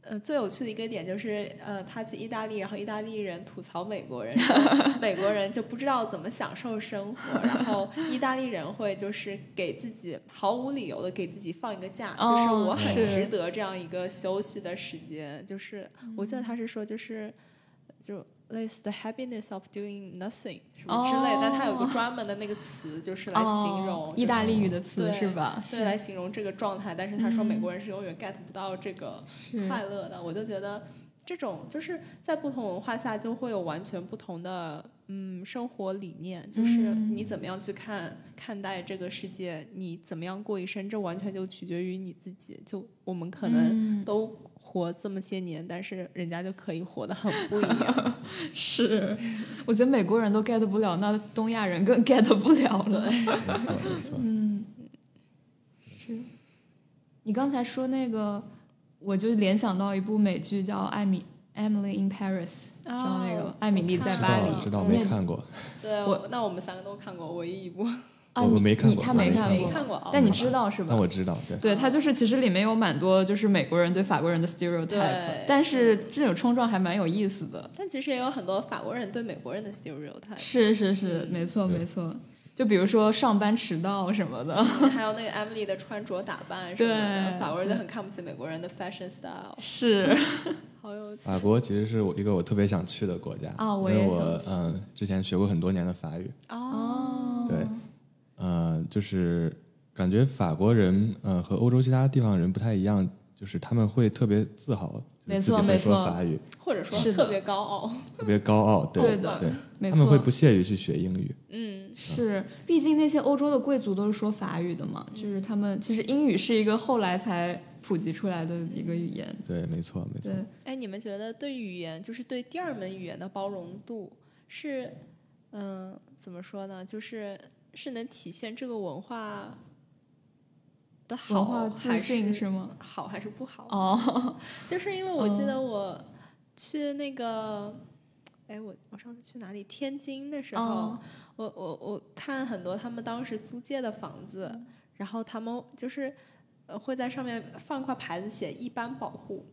呃，最有趣的一个点就是，呃，他去意大利，然后意大利人吐槽美国 人，说美国人就不知道怎么享受生活，然后意大利人会就是给自己毫无理由的给自己放一个假，就是
哦
我很
是
值得这样一个休息的时间。就是
嗯
我记得他是说，就是就类似 the happiness of doing nothing 什么之类的，但他有个
哦
专门的那个词，就是来形容、
哦，意大利语的词
对
是吧？
对来形容这个状态，但是他说美国人是永远 get 不到这个
嗯是
快乐的，我就觉得这种就是在不同文化下就会有完全不同的嗯生活理念，就是
嗯
你怎么样去看看待这个世界，你怎么样过一生，这完全就取决于你自己。就我们可能
嗯
都活这么些年，但是人家就可以活得很不一 样。
是， 我觉得美国人都 get 不了，那东亚人更 get 不了了。
没错，没错。
嗯，是。你刚才说那个，我就联想到一部美剧叫《艾米 Emily in Paris，知道那个
哦
吗艾米丽
我
在
知
巴
道
黎
了，知道
那
没看过，
对，
我
那我们三个都看过，唯一一部
啊，
我
你
没看
你
过
他
我没
看
看
没看过啊。
但你知道是吧
但？我知道，对，
嗯对，它就是其实里面有蛮多就是美国人对法国人的 stereotype，
对
但是这种冲撞还蛮有意思的。
但其实也有很多法国人对美国人的 stereotype，
是是是，嗯没错没错。就比如说上班迟到什么的，
还有那个 Emily 的穿着打扮什么的，
对嗯
法国人就很看不起美国人的 fashion style，
是
好有趣。
法国其实是我一个我特别想去的国家
啊我
因为
也想
我
去
嗯、之前学过很多年的法语，
哦，
对，呃，就是感觉法国人呃和欧洲其他地方人不太一样，就是他们会特别自豪，就是
没错
自己会
没
说
错
法语，
或者说
是的
特别高 傲，
特别高傲，
对
对
的没
他们
错
会不屑于去学英语，
嗯，
是，毕竟那些欧洲的贵族都是说法语的嘛，就是他们其实英语是一个后来才普及出来的一个语言。
对，没错，没错
对，，
哎，你们觉得对语言，就是对第二门语言的包容度是，嗯、怎么说呢？就是是能体现这个文化的
文
好，
化自信
还
是
是
吗？
好还是不 好？
哦，
就是因为我记得我去那个，哎、我我上次去哪里？天津的时候，
哦
我我我看很多他们当时租借的房
嗯
子，然后他们就是呃会在上面放块牌子写“一般保护”，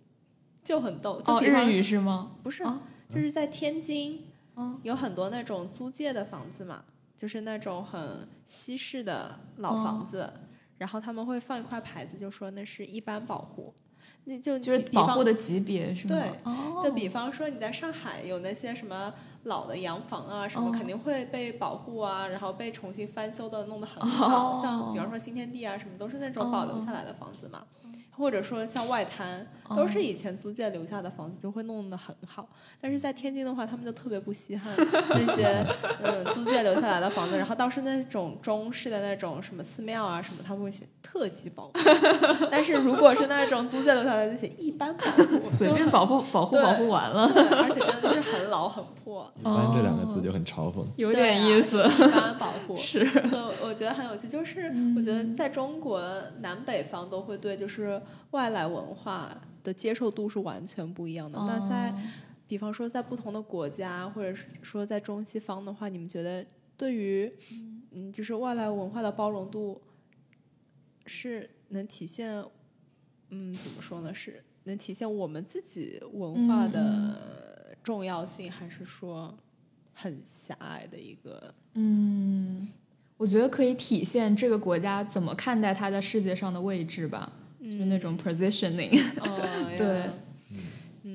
就很逗。就
哦，
比方
日语是吗？
不是，
啊
就是在天津，
嗯
有很多那种租借的房子嘛，就是那种很西式的老
哦
房子，然后他们会放一块牌子，就说那是一般保护，那就
就是
比
保护
方
的级别是吗？
对
哦，
就比方说你在上海有那些什么老的洋房啊，什
哦
么肯定会被保护啊，然后被重新翻修的弄得很
哦
好，像比方说新天地啊什么都是那种保留
哦
下来的房子嘛，或者说像外滩都
哦
是以前租界留下的房子，就会弄得很好。但是在天津的话，他们就特别不 稀罕那些嗯租界留下来的房子，然后倒是那种中式的那种什么寺庙啊什么，他们会写特级保护， 但是如果是那种租界留下来的，就写一般保 护，
随
就
便
很
保护保护
对
保护完了，
对，而且真的是很老很破，
一般这两
哦
个字就很嘲讽。
有
啊有
点意思。
一般保 护
是，
所以我觉得很有趣。就是我觉得在中国南北方都会对就是外来文化的接受度是完全不一样的。嗯那在
哦
比方说在不同的国家，或者是说在中西方的话，你们觉得对于嗯就是外来文化的包容度是能体现嗯怎么说呢？是能体现我们自己文化
嗯
的重要性，还是说很狭隘的一个？
我觉得可以体现这个国家怎么看待它在世界上的位置吧，就是
嗯
那种 positioning。
哦，
对
呀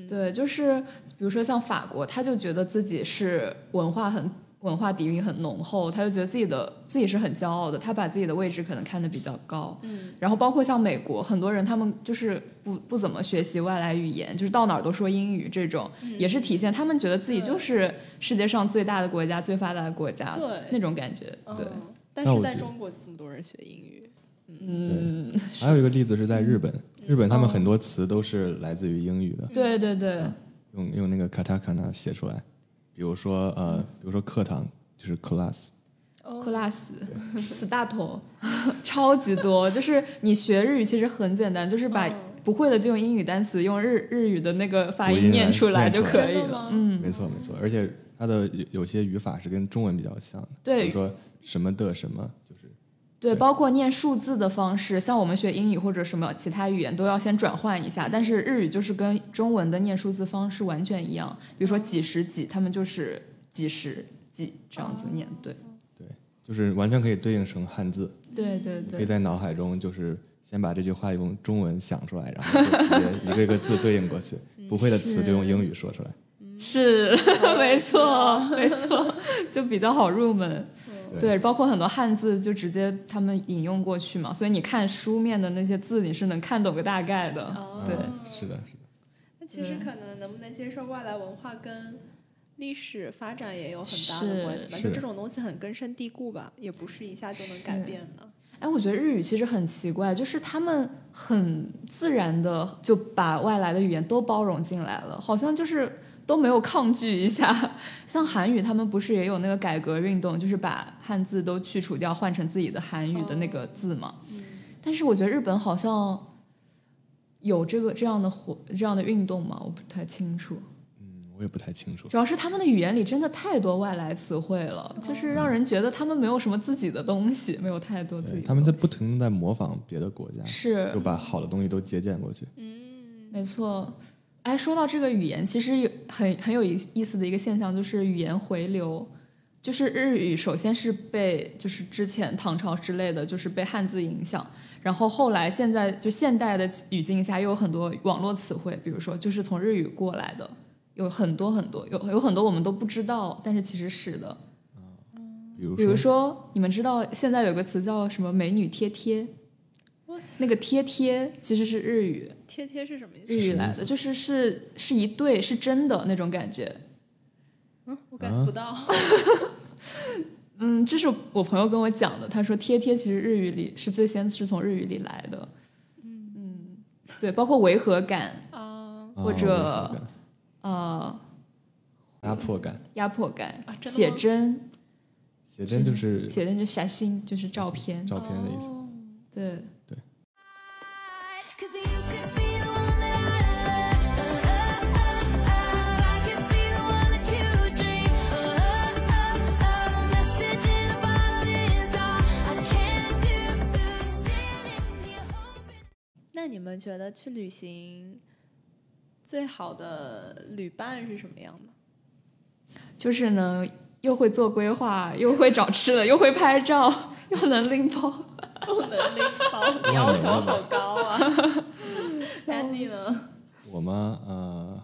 对，就是比如说像法国，他就觉得自己是文化很文化底蕴很浓厚，他就觉得自己的自己是很骄傲的，他把自己的位置可能看得比较高。嗯，然后包括像美国，很多人他们就是不不怎么学习外来语言，就是到哪儿都说英语这种，
嗯
也是体现他们觉得自己就是世界上最大的国家、最发达的国家
对
那种感觉。对，
嗯但
那
是
我
在
觉得
中国就这么多人学英语，
嗯，
还有一个例子是在日本，日本他们很多词都是来自于英语的，
哦对对对，
用用那个 katakana 写出来。比如说呃，
嗯
比如说课堂就是 class，
class 死大头， 超级多。就是你学日语其实很简单，就是把
嗯
不会的就用英语单词，用日日语的那个发
读
音
音
念
来
出来
念
就
出来
可以
真的
了
吗。
嗯，
没错没错，而且它的有有些语法是跟中文比较像的，
对
比如说什么的什么，就是
对，
对
包括念数字的方式，像我们学英语或者什么其他语言都要先转换一下，但是日语就是跟中文的念数字方式完全一样，比如说几十几，他们就是几十几这样子念。对，
哦
对，就是完全可以对应成汉字，
对对
可
对。
以在脑海中就是先把这句话用中文想出来，然后就直接一个一个字对应 过去，不会的词就用英语说出来。
是，没错，没错，就比较好入门。对，包括很多汉字就直接他们引用过去嘛，所以你看书面的那些字，你是能看懂个大概的。
哦
对，
嗯，是的，是的，
那其实可能能不能接受外来文化跟历史发展也有很大的关系吧？
是
就是这种东西很根深蒂固吧，也不是一下就能改
是
变的。
哎，我觉得日语其实很奇怪，就是他们很自然的就把外来的语言都包容进来了，好像就是都没有抗拒一下。像韩语，他们不是也有那个改革运动，就是把汉字都去除掉，换成自己的韩语的那个字嘛？但是我觉得日本好像有这个这样的活这样的运动嘛，我不太清楚。
也不太清楚。
主要是他们的语言里真的太多外来词汇了，就是让人觉得他们没有什么自己的东西，没有太多自己
对
的东西。
他们在不停的在模仿别的国家，
是嗯
就把好的东西都借鉴过去。
没错。哎，说到这个语言，其实有很很有意意思的一个现象就是语言回流，就是日语首先是被就是之前唐朝之类的，就是被汉字影响，然后后来现在就现代的语境下又有很多网络词汇，比如说就是从日语过来的，有很多很多，有有很多我们都不知道，但是其实是的。
比如
比如说，你们知道现在有个词叫什么“美女贴贴”，那个“贴贴”其实是日语。
贴贴是什么意
日
思？
语
什么
来
意
的，
思
就是是是一对，是真的那种感觉。
我
啊
感觉不 到。
嗯，这是我朋友跟我讲的，他说贴贴其实日语里是最先是从日语里来的。嗯，对，包括违和感、
啊
啊
或者
违和感
呃
压迫感，
压迫感、
啊真的吗
写真，
写真就是
写哦真就写信，就是照片。
照片的意思。
哦
对，
Cause you could be the one that I could be the one that you dream. message in a bottle is all I can do. Standing here hoping.
那你们觉得去旅行最好的旅伴是什么 样的？
就是呢，又会做规划，又会找吃的，又会拍照，又能拎包。
不能拎 包，你要求好高 啊！Sandy 呢？
我吗？呃，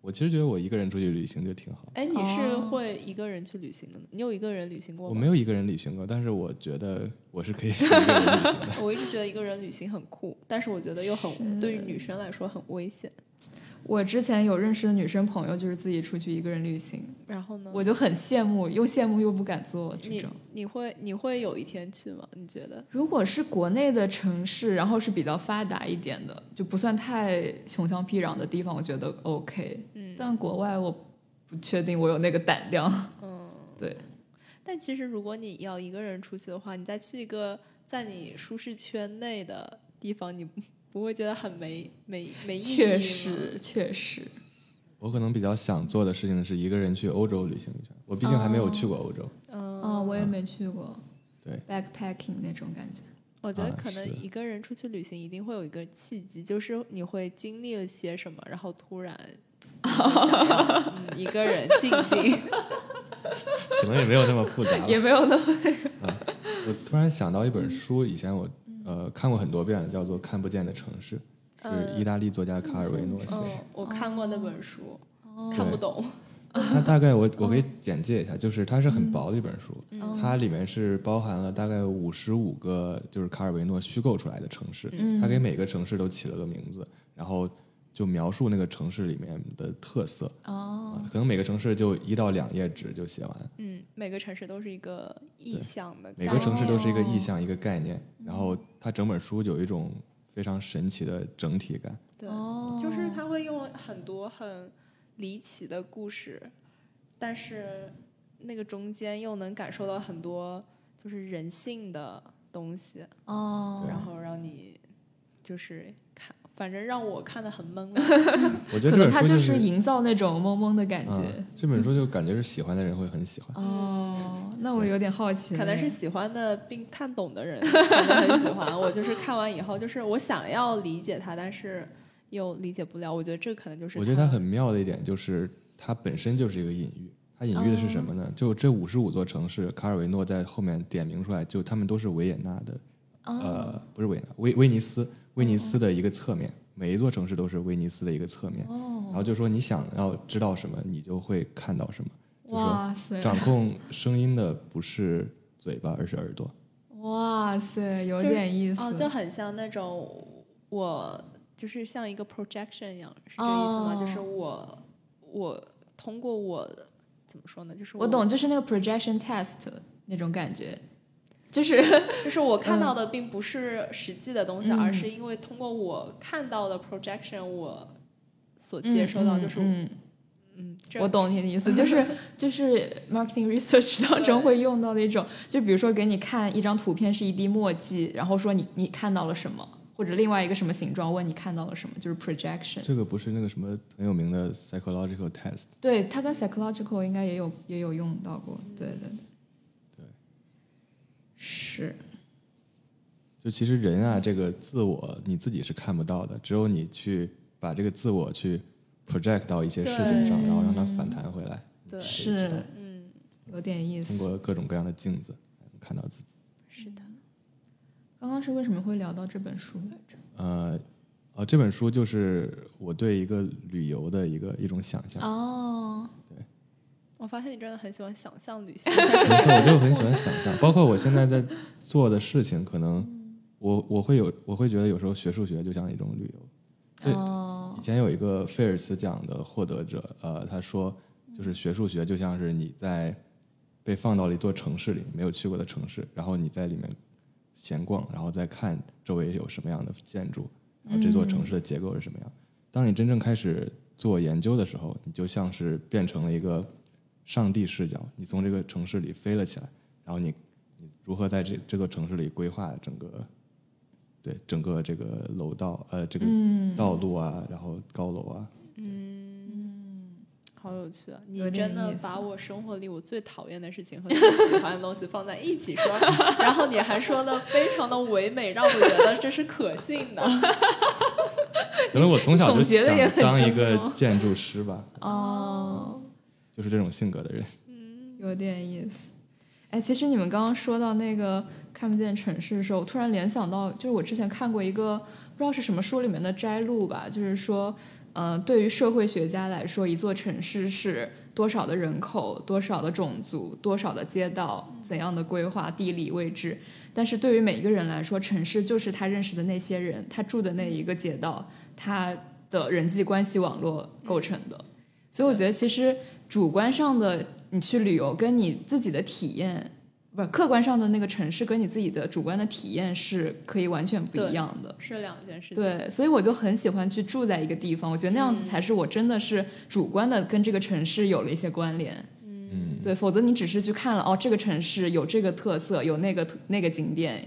我其实觉得我一个人出去旅行就挺好。
哎，你是
哦
会一个人去旅行的吗？你有一个人旅行过
我
吗？
没有一个人旅行过，但是我觉得我是可以 一个人旅行的。
我一直觉得一个人旅行很酷，但是我觉得又很对于女生来说很危险。
我之前有认识的女生朋友，就是自己出去一个人旅行，
然后呢？
我就很羡慕，又羡慕又不敢做这
你
种。
你会你会有一天去吗？你觉得？
如果是国内的城市，然后是比较发达一点的，就不算太穷乡僻壤的地方，我觉得 OK。嗯，但国外我不确定我有那个胆量。
嗯，
对。
但其实如果你要一个人出去的话，你再去一个在你舒适圈内的地方，你不不会觉得很没没没意义
确
吗，
实，确实，
我可能比较想做的事情是一个人去欧洲旅行一圈。我毕竟还没
哦
有去过欧洲。
嗯，
啊、我也没去过
对，
backpacking 那种感觉。
我觉得
啊
可能
是
一个人出去旅行一定会有一个契机，就是你会经历了些什么，然后突然 想要。嗯一个人静静，
可能也没有那么复杂吧。
也没有那么
我突然想到一本书，以前我呃看过很多遍，叫做《看不见的城市》，是意大利作家卡尔维诺写的。
嗯， 我看过那本书，看不
哦对
懂，
它大概我我可以简介一下，就是它是很薄的一本书，它里面是包含了大概五十五个就是卡尔维诺虚构出来的城市，他给每个城市都起了个名字，然后就描述那个城市里面的特色。
哦，
可能每个城市就一到两页纸就写完，
嗯，每个城市都是一个意象的概
每
念，
个城市都是一个
哦
意象、一个概念，然后它整本书有一种非常神奇的整体感。
对，
哦
就是他会用很多很离奇的故事，但是那个中间又能感受到很多就是人性的东西，
啊
哦，
然后让你就是看，反正让我看的很懵了
我
可
觉得这
能
本
他
书
就是
是
营造那种懵懵的感觉。
啊这本书就感觉是喜欢的人会很喜欢。
哦，那我有点好奇了，
可能是喜欢的并看懂的人可能很喜欢。我就是看完以后，就是我想要理解他，但是又理解不了。我觉得这可能就是
我觉得它很妙的一点就是它本身就是一个隐喻。它隐喻的是什么
哦
呢？就这五十五座城市，卡尔维诺在后面点明出来，就他们都是维也纳的，
哦
呃，不是维也纳，威威尼斯，威尼斯的一个侧面，每一座城市都是威尼斯的一个侧面。
哦
然后就说你想要知道什么，你就会看到什么。就
哇
说
塞，
掌控声音的不是嘴巴，而是耳朵。
哇塞，有
就是
点意思。
哦，就很像那种我就是像一个 projection 一样，是这个意思
哦
吗？就是我我通过我怎么说呢？就是
我懂，，就是那个 projection test 那种感觉，就是
就是我看到
嗯
的并不是实际的东西，而是因为通过我看到的 projection 我所接收到，就是
嗯，
嗯这
我懂你的意 思，就是就是 marketing research 当中会用到的一种，就比如说给你看一张图片是一滴墨迹，然后说你你看到了什么，或者另外一个什么形状，问你看到了什么，就是 projection。
这个不是那个什么很有名的 psychological test，
对，它跟 psychological 应该也有也有用到过，对对对，
对
是，
就其实人啊，这个自我你自己是看不到的，只有你去把这个自我去 project 到一些事情上，
对
然后让它反弹回来。
对，
是
嗯，
有点意
通
思。
过各种各样的镜子能看到自己。
是的，
刚刚是为什么会聊到这本书来着？
呃，呃，这本书就是我对一个旅游的一个一种想象，
哦，
我发现你真的很喜欢想象 旅行，
没错，我就很喜欢想象，包括我现在在做的事情，可能我我会有我会觉得有时候学数学就像一种旅游。对，
哦
以，前有一个菲尔茨奖的获得者，呃，他说就是学数学就像是你在被放到了一座城市里，没有去过的城市，然后你在里面闲逛，然后再看周围有什么样的建筑，然后这座城市的结构是什么样。当你真正开始做研究的时候，你就像是变成了一个上帝视角，你从这个城市里飞了起来，然后你你如何在这这座城市里规划整个。对整个这个楼道，呃，这个
嗯，
道路啊，然后高楼啊，
好有趣啊！你
有点
真的
意思
把我生活里我最讨厌的事情和最喜欢的东西放在一起说，然后你还说的非常的唯美，让我觉得这是可信的。
可能我从小就
总结得也
想
很
当一
精
个
哦
建筑师吧，
哦，
就是这种性格的人。
有点意思。哎，其实你们刚刚说到那个看不见城市的时候，我突然联想到，就是我之前看过一个不知道是什么书里面的摘录吧，就是说，呃，对于社会学家来说，一座城市是多少的人口、多少的种族、多少的街道、怎样的规划、地理位置。但是对于每一个人来说，城市就是他认识的那些人，他住的那一个街道，他的人际关系网络构成的。所以我觉得，其实主观上的你去旅游，跟你自己的体验，不是客观上的那个城市，跟你自己的主观的体验是可以完全不一样的。
是两件事情。
对，所以我就很喜欢去住在一个地方，我觉得那样子才是我真的是主观的跟这个城市有了一些关联。
嗯，
对，否则你只是去看了哦，这个城市有这个特色，有那个特那个景点，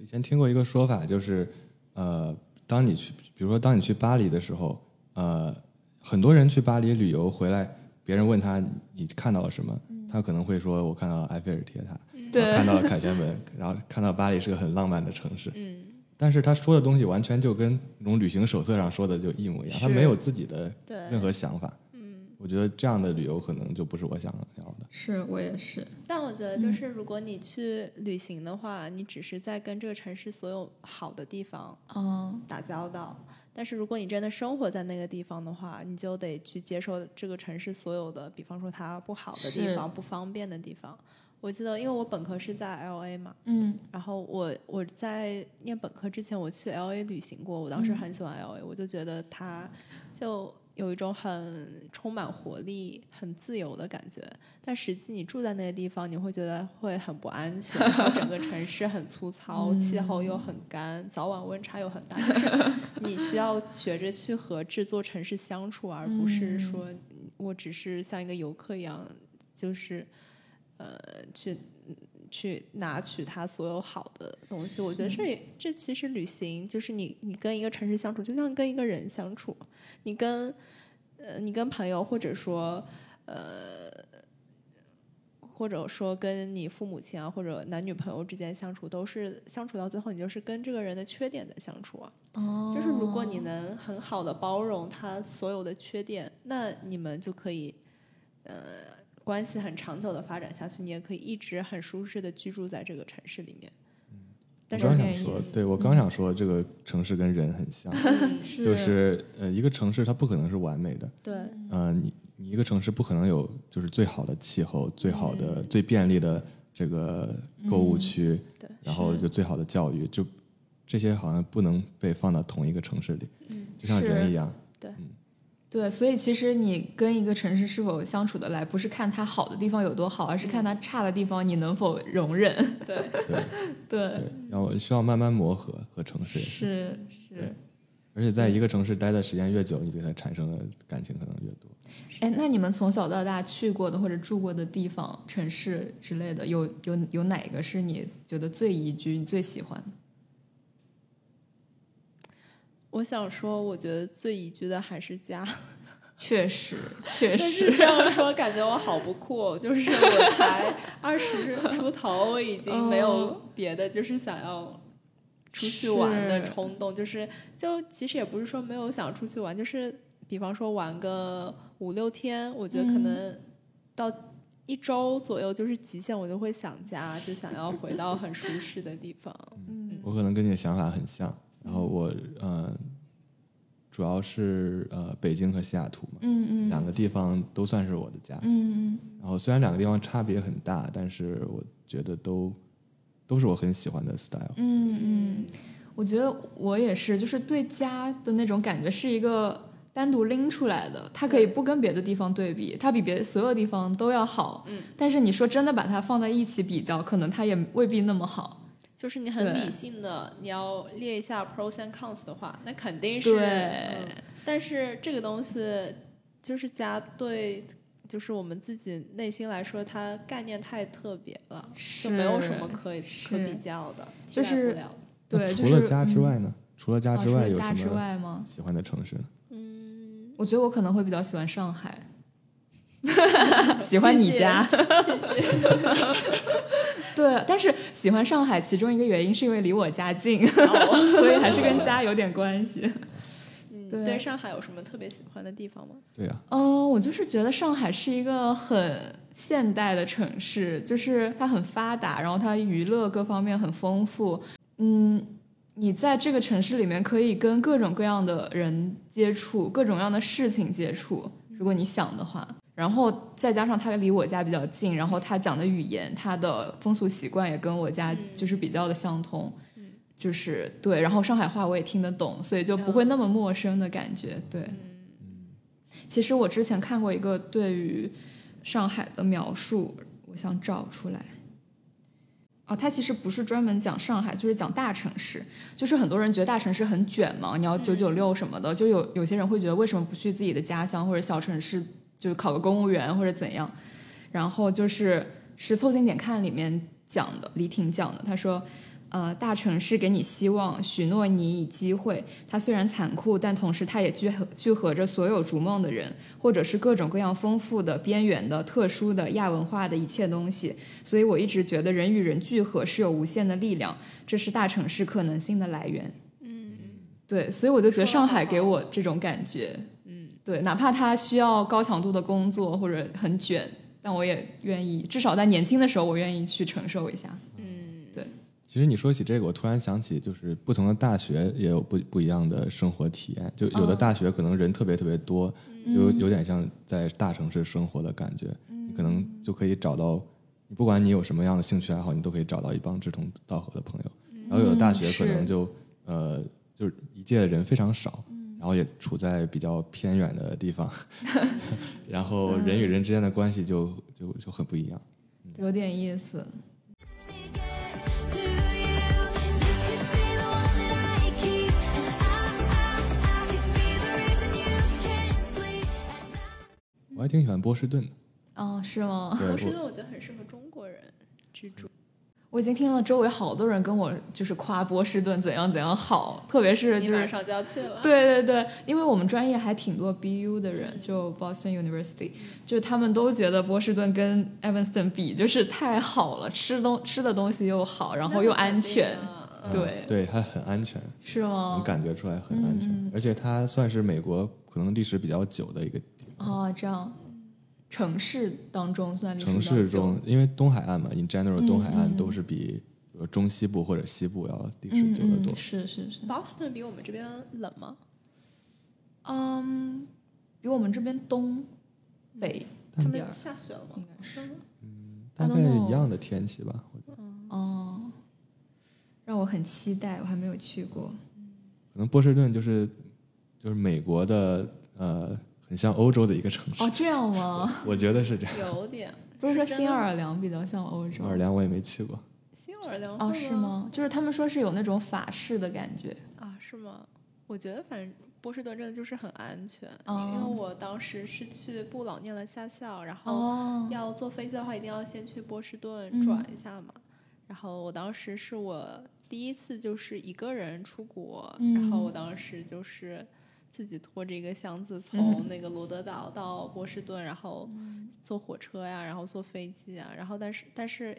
以前听过一个说法，就是呃，当你去，比如说当你去巴黎的时候，呃，很多人去巴黎旅游回来，别人问他你看到了什么，
嗯
他可能会说我看到了埃菲尔铁塔，
对
然后看到了凯旋门，然后看到巴黎是个很浪漫的城市。
嗯，
但是他说的东西完全就跟那种旅行手册上说的就一模一样，他
是
没有自己的
对
任何想法。嗯，我觉得这样的旅游可能就不是我想要的。
是我也是，
但我觉得
嗯
就是如果你去旅行的话，你只是在跟这个城市所有好的地方
嗯，
打交道。但是如果你真的生活在那个地方的话，你就得去接受这个城市所有的，比方说它不好的地
是
方、不方便的地方。我记得，因为我本科是在 L A 嘛，
嗯，
然后我我在念本科之前，我去 L A 旅行过，我当
嗯
时很喜欢 L A，、我就觉得它就有一种很充满活力、很自由的感觉。但实际你住在那个地方，你会觉得会很不安全，然后整个城市很粗糙，气候又很干，早晚温差又很大，就是你需要学着去和这座城市相处，而不是说我只是像一个游客一样，就是呃去去拿取它所有好的东西。我觉得这也这其实旅行就是你你跟一个城市相处，就像跟一个人相处，你跟呃你跟朋友或者说呃。或者说跟你父母亲啊，或者男女朋友之间相处，都是相处到最后，你就是跟这个人的缺点在相处啊。
哦
就是如果你能很好的包容他所有的缺点，那你们就可以，呃，关系很长久的发展下去，你也可以一直很舒适的居住在这个城市里面。但是
我刚
有点
想
意嗯
说
思，
对我刚想说，这个城市跟人很 像，
是
就是呃，一个城市它不可能是完美的，
对，
呃，你你一个城市不可能有就是最好的气候、最好的、最便利的这个购物区，
对
然后就最好的教育，就这些好像不能被放到同一个城市里，就像人
是
一样。
对，所以其实你跟一个城市是否相处得来，不是看它好的地方有多好，而是看它差的地方你能否容忍。
嗯对，
对
对
对，，然后需要慢慢磨合和城市也是，
是是。
而且在一个城市待的时间越久，你对它产生的感情可能越多。
哎，那你们从小到大去过的或者住过的地方、城市之类的，有有有哪个是你觉得最宜居、你最喜欢的？
我想说，我觉得最宜居的还是家。
确实，确
但是
实
这样说，感觉我好不酷。哦就是我才二十出头，我已经没有别的，就是想要出去玩的
是
冲动。就是就其实也不是说没有想出去玩，就是比方说玩个五六天，我觉得可能到一周左右就是极限，我就会想家，就想要回到很舒适的地方。
我可能跟你的想法很像，然后我呃，主要是呃北京和西雅图嘛，
嗯嗯
两个地方都算是我的家。
嗯嗯
然后虽然两个地方差别很大，但是我觉得都都是我很喜欢的 style。
嗯嗯，我觉得我也是，就是对家的那种感觉是一个单独拎出来的，它可以不跟别的地方对比，它比别的所有地方都要好。
嗯，
但是你说真的把它放在一起比较，可能它也未必那么好。
就是你很
对
理性的，你要列一下 pros and cons 的话，那肯定是。
对
嗯但是这个东西就是家对，就是我们自己内心来说，它概念太特别了，就没有什么可以
是
可比较的，
就
替代
是
不了。
那
对，就
除
是
了家之外呢？除了家
啊
之
除
外
了
有
家之
什么
外吗？
喜欢的城市呢？
嗯，
我觉得我可能会比较喜欢上 海，喜欢你家。
谢谢。
对，但是喜欢上海其中一个原因是因为离我家近，
哦
所以还是跟家有点关系。
嗯
对
对上海有什么特别喜欢的地方吗？
对啊呀、
嗯，我就是觉得上海是一个很现代的城市，就是它很发达，然后它娱乐各方面很丰富。嗯，你在这个城市里面可以跟各种各样的人接触，各种各样的事情接触，如果你想的话。然后再加上它离我家比较近，然后它讲的语言、它的风俗习惯也跟我家就是比较的相通，就是对。然后上海话我也听得懂，所以就不会那么陌生的感觉，对。其实我之前看过一个对于上海的描述，我想找出来。哦，它其实不是专门讲上海，就是讲大城市。就是很多人觉得大城市很卷嘛，你要九九六什么的，就有有些人会觉得为什么不去自己的家乡或者小城市，就考个公务员或者怎样。然后就是是《凑近点看》里面讲的，李挺讲的，他说。呃，大城市给你希望，许诺你以机会。它虽然残酷，但同时它也聚合聚合着所有逐梦的人，或者是各种各样丰富的、边缘的、特殊的亚文化的一切东西。所以我一直觉得人与人聚合是有无限的力量，这是大城市可能性的来源。
嗯
对，所以我就觉得上海
说得好
给我这种感觉，
嗯，
对，哪怕它需要高强度的工作或者很卷，但我也愿意，至少在年轻的时候，我愿意去承受一下。
嗯，
其实你说起这个，我突然想起，就是不同的大学也有不不一样的生活体验。就有的大学可能人特别特别多，
嗯
就有点像在大城市生活的感觉。你可能就可以找
嗯
到，你不管你有什么样的兴趣爱好，你都可以找到一帮志同道合的朋友。
嗯
然后有的大学可能
是
就呃，就是一届的人非常少，
嗯
然后也处在比较偏远的 地方，然后人与人之间的关系就就就很不一样。
嗯
有点意思，
我还挺喜欢波士顿的，
哦，是吗？
对
波士
我
顿我觉得很适合中国人居住。
我已经听了周围好多人跟我就是夸波士顿怎样怎样好，特别是
你
就
马
是
上就要去了，，
对对对，因为我们专业还挺多 BU 的人，就 Boston
嗯
University，就是他们都觉得波士顿跟 Evanston 比就是太好了，吃东吃的东西又好，然后又安全，
嗯
对嗯
嗯对，它很安全。
是吗
能？感觉出来很安
嗯
全，而且它算是美国可能历史比较久的一个
哦，这样，城市当中算历史
城
比较
市
久嗯
中，因为东海岸嘛，in general 东海岸都是比比如中西部或者西部要历史
嗯
久得多
嗯，。是是是，
Boston 比我们这边冷吗？
嗯，比我们这边东北
嗯他
一点儿
们下雪了吗？
应该是。
大
I don't
概
know
一样的天气吧。我觉得
哦，让我很期待，我还没有去过。
可能波士顿就是就是美国的呃，很像欧洲的一个城市
哦，，这样吗？
我觉得是这样。
有点，
不是说
真
新
的
奥尔良比较像欧洲
奥？尔良我也没去过，
新奥尔良
哦，
会
是？吗？就是他们说是有那种法式的感觉。
啊，是吗？我觉得反正波士顿真的就是很安全，
哦
因为我当时是去布朗念了夏校，然后
哦，
要坐飞机的话，一定要先去波士
嗯
顿转一下嘛。然后我当时是我第一次就是一个人出国，
嗯嗯
然后我当时就是自己拖着一个箱子从那个罗德岛到波士顿，然后
嗯
坐火车呀，然后坐飞机啊，然后但是但是，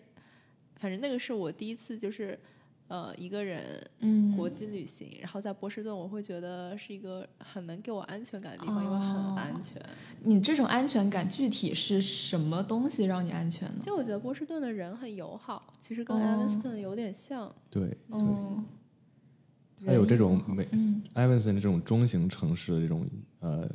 反正那个是我第一次就是呃一个人
嗯
国际旅行，然后在波士顿，我会觉得是一个很能给我安全感的地方，因为很
哦
安全。
你这种安全感具体是什么东西让你安全呢？
就我觉得波士顿的人很友好，其实跟
哦
Evanston 有点像。
对对，
嗯，
它有这种美
嗯
Evanston 这种中型城市的这种呃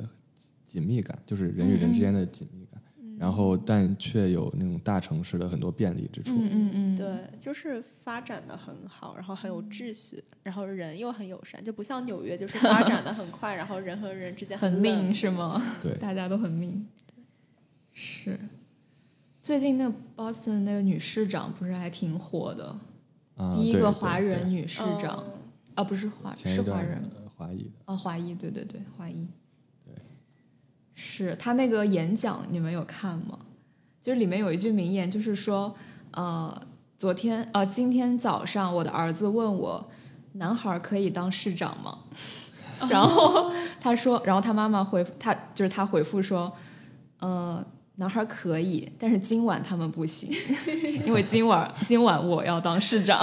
紧密感，就是人与人之间的紧密感，
嗯
然后但却有那种大城市的很多便利之处。
嗯嗯嗯，
对，就是发展的很好，然后很有秩序，然后人又很友善，就不像纽约，就是发展的很快，然后人和人 之间
很
冷
命是吗？
对
大家都很命。是，最近那个 Boston 那个女市长不是还挺火的，嗯
啊，
第一
对
个
对
华
对
人女市
嗯
长、啊，不是华
前一
是华
段
人吗
呃华裔的，
啊，华裔，对对对，华裔。
对，
是他那个演讲，你们有看吗？就是里面有一句名言，就是说，呃，昨天呃，今天早上我的儿子问我，男孩可以当市长吗？ 然后他说，然后他妈妈回复他，就是他回复说，呃，男孩可以，但是今晚他们不行， 因为今晚今晚我要当市长，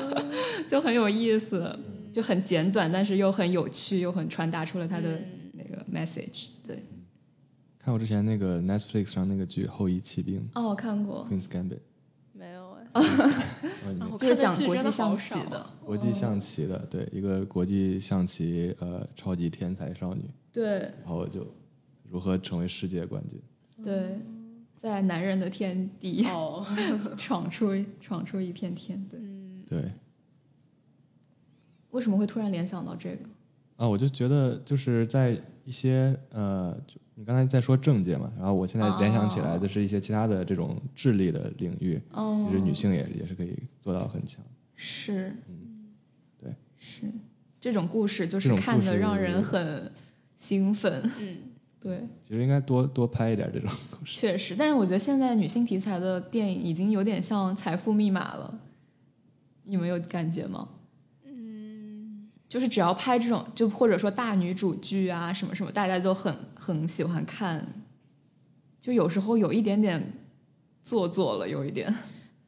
就很有意思，就很简短，但是又很有趣，又很传达出了他的
嗯
那个 message。对，
看我之前那个 Netflix 上那个剧《后裔骑兵
哦，我看过》，
（Queen's Gambit），
没有哎，
然后里面
啊我
哦就是
看的
讲
剧
国
真
际
的
象
好
棋
少啊
的，
国际象棋的，对，一个国际象棋呃超级天才少女，
对
然后就如何成为世界冠军。
对，
嗯
在男人的天地
哦，
闯出闯出一片天。对，
对
为什么会突然联想到这个？
啊，我就觉得就是在一些呃，就你刚才在说政界嘛，然后我现在联想起来就是一些其他的这种智力的领域，
哦
其实女性也也是可以做到很强。
是，
对，
是这种故事就
这
是
种
看
故
的
事
让人很兴奋，
嗯，
对，
其实应该多多拍一点这种故事。
确实。但是我觉得现在女性题材的电影已经有点像《财富密码》了，你们有感觉吗？嗯，就是只要拍这种，就或者说大女主剧啊什么什么，大家都很很喜欢看，就有时候有一点点做作了，有一点，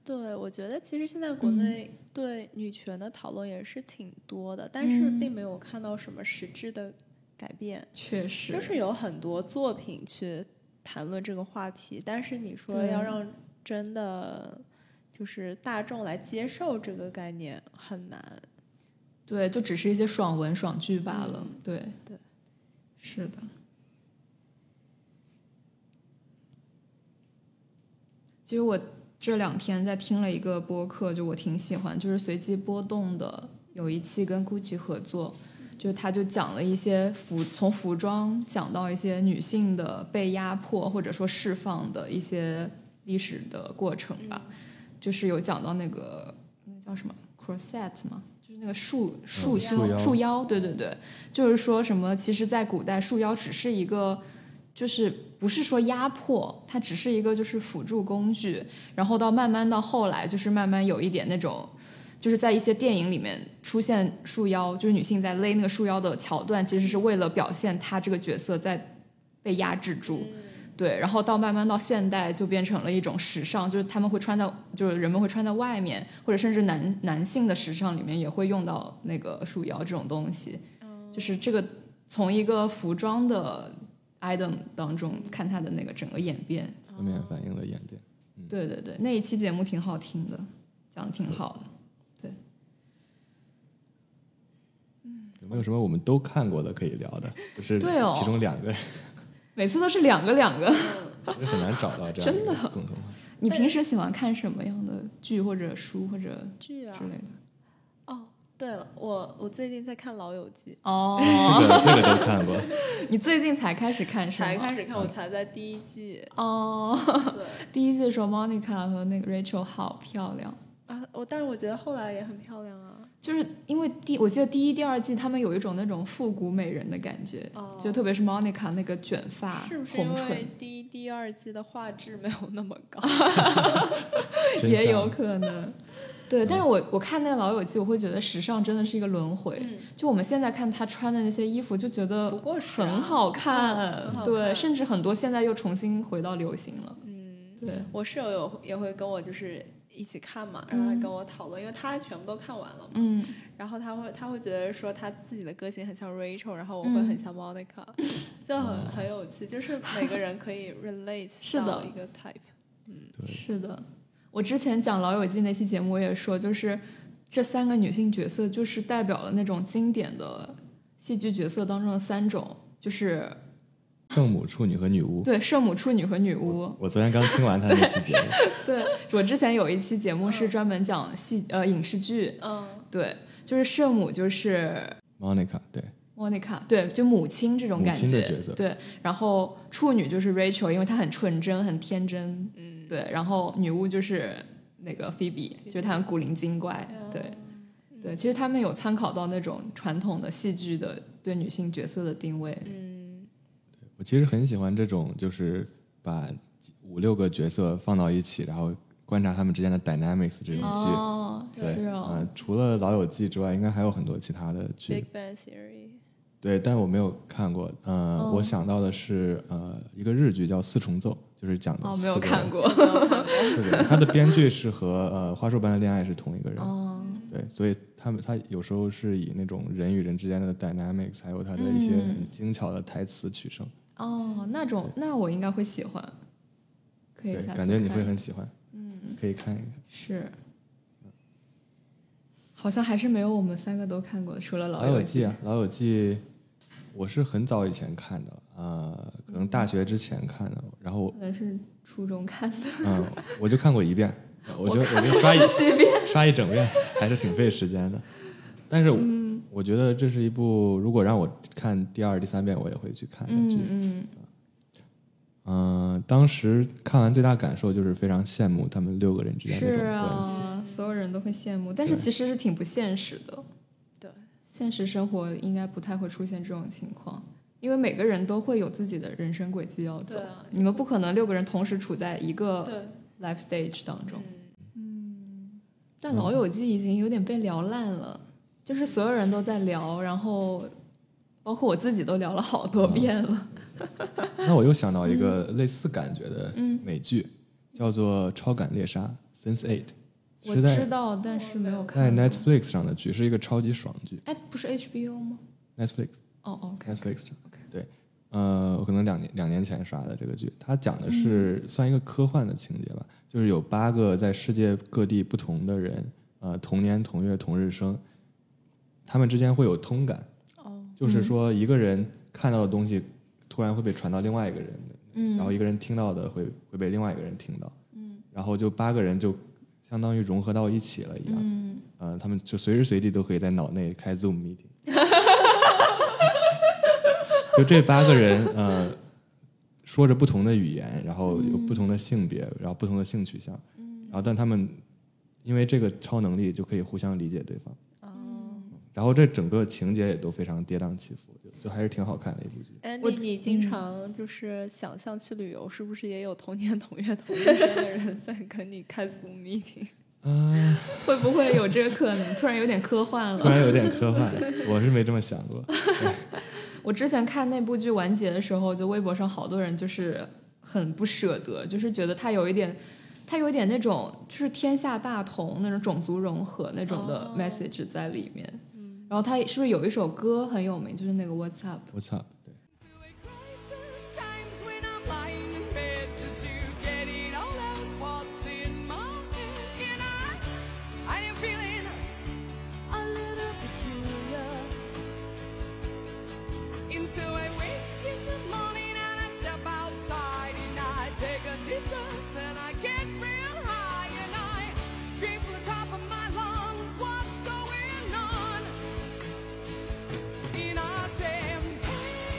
对，我觉得其实现在
嗯
国内对女权的讨论也是挺多的，但
嗯
是并没有看到什么实质的改变，
确实
就是有很多作品去谈论这个话题，但是你说
对
要让真的就是大众来接受这个概念很难。
对，就只是一些爽文爽剧罢了。
嗯
对
对，
是的。其实我这两天在听了一个播客，就我挺喜欢，就是随机波动的有一期跟 GUCCI 合作，就他就讲了一些服从服装讲到一些女性的被压迫或者说释放的一些历史的过程吧，就是有讲到那个那叫什么 corset 嘛，就是那个束束
嗯束
腰
腰
束腰，对对对，就是说什么其实，在古代束腰只是一个。就是不是说压迫，它只是一个就是辅助工具，然后到慢慢到后来，就是慢慢有一点那种，就是在一些电影里面出现束腰，就是女性在勒那个束腰的桥段，其实是为了表现她这个角色在被压制住。对，然后到慢慢到现代就变成了一种时尚，就是他们会穿到，就是人们会穿在外面，或者甚至男男性的时尚里面也会用到那个束腰这种东西，
哦
就是这个从一个服装的 item 当中看它的那个整个演变，
侧面反映了演变。
对对对，那一期节目挺好听的，讲的挺好的。
有没有什么我们都看过的可以聊的？就是
对哦
其中两个人，
每次都是两个两 个。
其实很难找到这样一个共同话题。
你平时喜欢看什么样的剧或者书或者
剧啊
之， 类的？
哦，对了，我我最近在看《老友记
哦，
这个这个都看过，
你最近才开始看》，是吗？
才开始看，我才在第一季。
哦，
对
第一季的时候，Monica 和那个 Rachel 好漂亮，
啊，我但是我觉得后来也很漂亮啊。
就是因为第我记得第一、第二季他们有一种那种复古美人的感觉，
哦
就特别是 Monica 那个卷发、
是不是因
红
为
唇，
第一第二季的画质没有那么 高。
真
也
相
有可能。对，但是我我看那个《老友记》，我会觉得时尚真的是一个轮回。就我们现在看她穿的那些衣服，就觉得
嗯不过是啊
很好看，
很好
对，
看
甚至很多现在又重新回到流行了。嗯，对，
我室友有也会跟我就是一起看嘛，然后他跟我讨论，因为他全部都看完了嘛，
嗯，
然后他会他会觉得说他自己的个性很像 Rachel，然后我会很像 Monica，、就很很有趣，就是每个人可 以 relate
是的
到一个 type。
是的。我之前讲《老友记》那期节目，我也说，就是这三个女性角色，就是代表了那种经典的戏剧角色当中的三种，就是
圣母、处女和女巫。
对圣母、处女和女巫。
我昨天刚听完他那期节目，
对我之前有一期节目是专门讲戏呃影视剧，
嗯，
对，就是圣母就是
Monica 对，
Monica，对，就母亲这种感
母亲
觉，
的角色
对，然后处女就是 Rachel，因为她很纯真很天真，嗯，对，然后女巫就是那个 Phoebe，就是嗯她很古灵精怪，对。对，其实他们有参考到那种传统的戏剧的对女性角色的定位，
嗯
我其实很喜欢这种，就是把五六个角色放到一起，然后观察他们之间的 dynamics 这种剧。
哦，
对，
是哦，
呃除了《老友记》之外，应该还有很多其他的剧。
Big Bang Theory，
对，但我没有看过。呃，
嗯
我想到的是呃一个日剧叫《四重奏》，就是讲的
哦，
四
没
个
有看过，
四个人，它的编剧是和呃《花束般的恋爱》是同一个人。
哦，
对，所以他们他有时候是以那种人与人之间的 dynamics，还有他的一
嗯
些很精巧的台词取胜。
哦，那种那我应该会喜欢，可以
对
下，次
感觉你
看
会很喜欢。嗯，可以看一看。
是，好像还是没有我们三个都看过，除了《老
老友
记
记》。啊，《老友记》，我是很早以前看的，呃，可能大学之前看的，然后我
可能是初中看 的，
嗯，我就看过一遍，我就我
看
就
了
刷一
十几遍。
刷一整遍，还是挺费时间的。但是我、
嗯
我觉得这是一部，如果让我看第二、第三遍，我也会去看的剧。
嗯
嗯、当时看完最大感受就是非常羡慕他们六个人
嗯，
之间这
是
种关系。
啊，所有人都会羡慕，但是其实是挺不现实的。
对，
现实生活应该不太会出现这种情况，因为每个人都会有自己的人生轨迹要走，
对啊
你们不可能六个人同时处在一个
对，
life stage 当中。嗯但《老友记》已经有点被聊烂了，就是所有人都在聊，然后包括我自己都聊了好
嗯
多遍了。
那我又想到一个
嗯
类似感觉的美剧，叫做《超感猎杀》（Sense Eight），
我
是
知
在
道，但是没有
在
看过。
Netflix 上的剧，是一个超级爽剧。
哎，不是 HBO 吗？
Netflix
哦，OK，
Netflix 上
OK
对，呃，我可能两年两年前刷的这个剧，它讲
嗯
的是算一个科幻的情节吧，就是有八个在世界各地不同的人，呃，同年同月同日生，他们之间会有通感，
哦，
嗯
就是说一个人看到的东西突然会被传到另外一个人，
嗯
然后一个人听到的会会被另外一个人听到，嗯，然后就八个人就相当于融合到一起了一样，
嗯，
呃，他们就随时随地都可以在脑内开 Zoom meeting。就这八个人，呃，说着不同的语言，然后有不同的性别，然后不同的性取向，
嗯
然后但他们因为这个超能力就可以互相理解对方。
嗯
然后这整个情节也都非常跌宕起伏，就就还是挺好看的一部剧。
安
我
妮，哎你经常就是想象去旅游，是不是也有同年同月同日生的人在跟你开 Zoom meeting？
会不会有这个可能？突然有点科幻
突
了。
然有点科幻， 我是没这么想过。
我之前看那部剧完结的时候，就微博上好多人就是很不舍得，就是觉得它有一点，它有一点那种就是天下大同那种种族融合那种的
哦
message 在里面。然后它是不是有一首歌很有名，就是那个 What's Up？
我操，对，
To a crisis, times when I'm lying in bed just to get it all out what's in my head. And I, I am feeling a little peculiar. And so I wake in the morning and I step outside and I take a deep breath and I get real high and I scream from the top of my lungs, what's going on? And I say, yeah, yeah, yeah.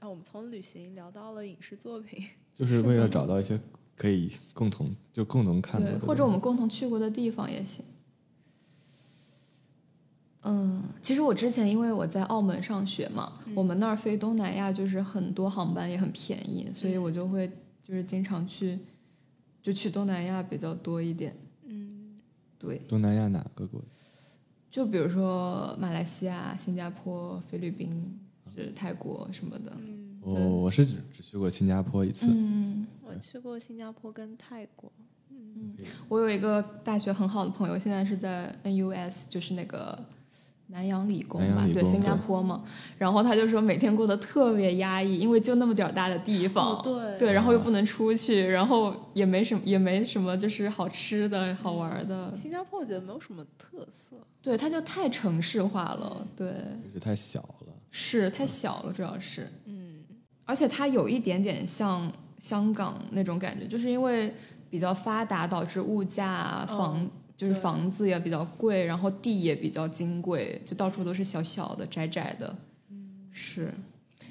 啊，我们从旅行聊到了影视作品，
就是为了找到一些可以共同就共同看过
对，
的东西，
或者我们共同去过的地方也行。嗯，其实我之前因为我在澳门上学嘛，我们那儿飞东南亚就是很多航班也很便宜，所以我就会就是经常去，就去东南亚比较多一点。
嗯，
对，
东南亚哪个国家？
就比如说马来西亚、新加坡、菲律宾、就是泰国什么的。
嗯
我、我是只只去过新加坡一次，
嗯，
我去过新加坡跟泰国，
我有一个大学很好的朋友，现在是在 NUS，就是那个南洋理工
南
吧
洋，理
对，
工
新加
对
坡嘛。然后他就说每天过得特别压抑，因为就那么点儿大的地方，
哦对
然后又不能出去，然后也没什么，也没什么就是好吃的好玩的，
新加坡我觉得没有什么特色。
对，他就太城市化了，对，
而且太小了。
是太小了，主要是。
嗯，
而且它有一点点像香港那种感觉，就是因为比较发达，导致物价、
嗯
房、就是
对
房子也比较贵，然后地也比较金贵，就到处都是小小的、窄窄的。
嗯
是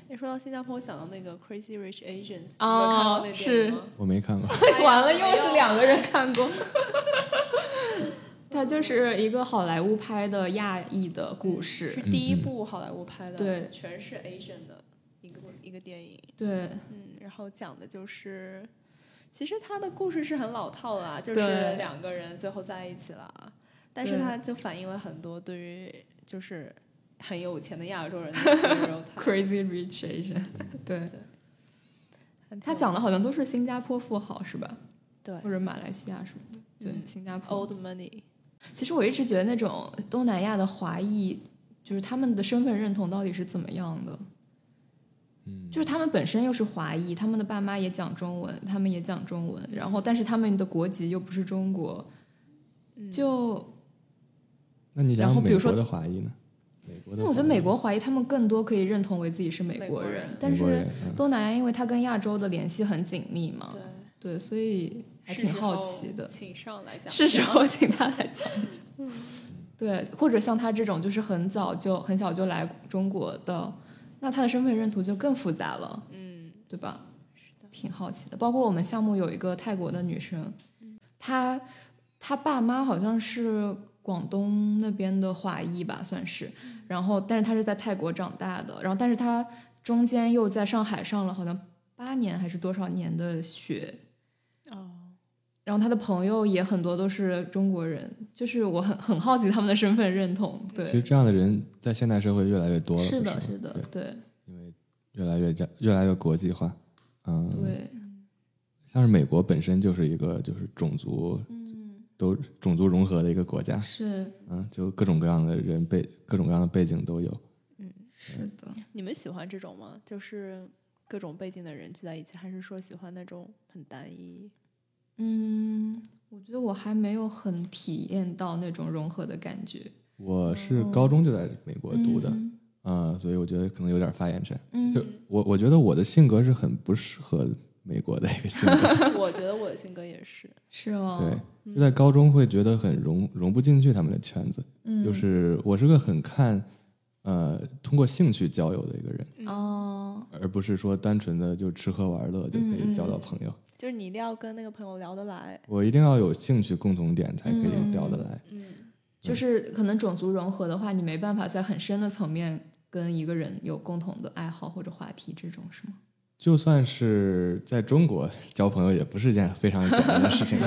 一哎说到新加坡，我想到那个 Crazy Rich Asians，
哦
你有看过那电影吗
我没看过，
哎 呀
完了又是两个人看过。它就是一个好莱坞拍的亚裔的故事，
嗯是第一部好莱坞拍的，
对
全是 Asian 的一个一个电影。
对，
嗯，然后讲的就是，其实他的故事是很老套啦，就
对
是两个人最后在一起了，但是
对
他就反映了很多对于就是很有钱的亚洲人的 stereotype
Crazy Rich Asian，对
还挺
他讲的好像都是新加坡富豪是吧？
对
或者马来西亚什么的，对，
嗯
新加坡
old money，
其实我一直觉得那种东南亚的华裔，就是他们的身份认同到底是怎么样的？
嗯，
就是他们本身又是华裔，他们的爸妈也讲中文，他们也讲中文，然后但是他们的国籍又不是中国，
嗯
就
那你
然
讲
后比
美
如说
国的华裔呢？美国的华裔，
那我觉得美国华裔他们更多可以认同为自己是美
美
国
国
人
人，
但
美国
是
人嗯
东南亚因为它跟亚洲的联系很紧密嘛，
对，
对，所以哦还挺好奇的
是时候。请上来讲，
是时候请他来讲一讲。
嗯
对，或者像他这种就是很早就很小就来中国的，那他的身份认同就更复杂了，
嗯，
对吧？
是的，
挺好奇的。包括我们项目有一个泰国的女生，
嗯
她她爸妈好像是广东那边的华裔吧，算是。
嗯
然后，但是她是在泰国长大的，然后但是她中间又在上海上了好像八年还是多少年的学，
哦，
然后他的朋友也很多都是中国人，就是我很很好奇他们的身份认同。
其实
对，
这样的人在现代社会越来越多了，
是
不
的，
是
是的
对，
对
因为越来越加越来越国际化，嗯，，
对，
像是美国本身就是一个就是种族
嗯，
都种族融合的一个国家，
是
嗯，就各种各样的人背各种各样的背景都有，
嗯是的，
你们喜欢这种吗？就是各种背景的人聚在一起，还是说喜欢那种很 单一？
嗯，我觉得我还没有很体验到那种融合的感觉。
我是高中就在美国读的，
嗯
嗯，所以我觉得可能有点发言权。
嗯
就我我觉得我的性格是很不适合美国的一个 性格，
我觉得我的性格也是，
是哦吗？
对，就在高中会觉得很融融不进去他们的圈子，
嗯，
就是我是个很看呃通过兴趣交友的一个人，
哦，
而不是说单纯的就吃喝玩乐就可
嗯嗯
以交到朋友。
就是你一定要跟那个朋友聊得来，
我一定要有兴趣共同点才可以聊得来。
嗯，
就是可能种族融合的话，你没办法在很深的层面跟一个人有共同的爱好或者话题，这种是吗？
就算是在中国交朋友，也不是一件非常简单的事情。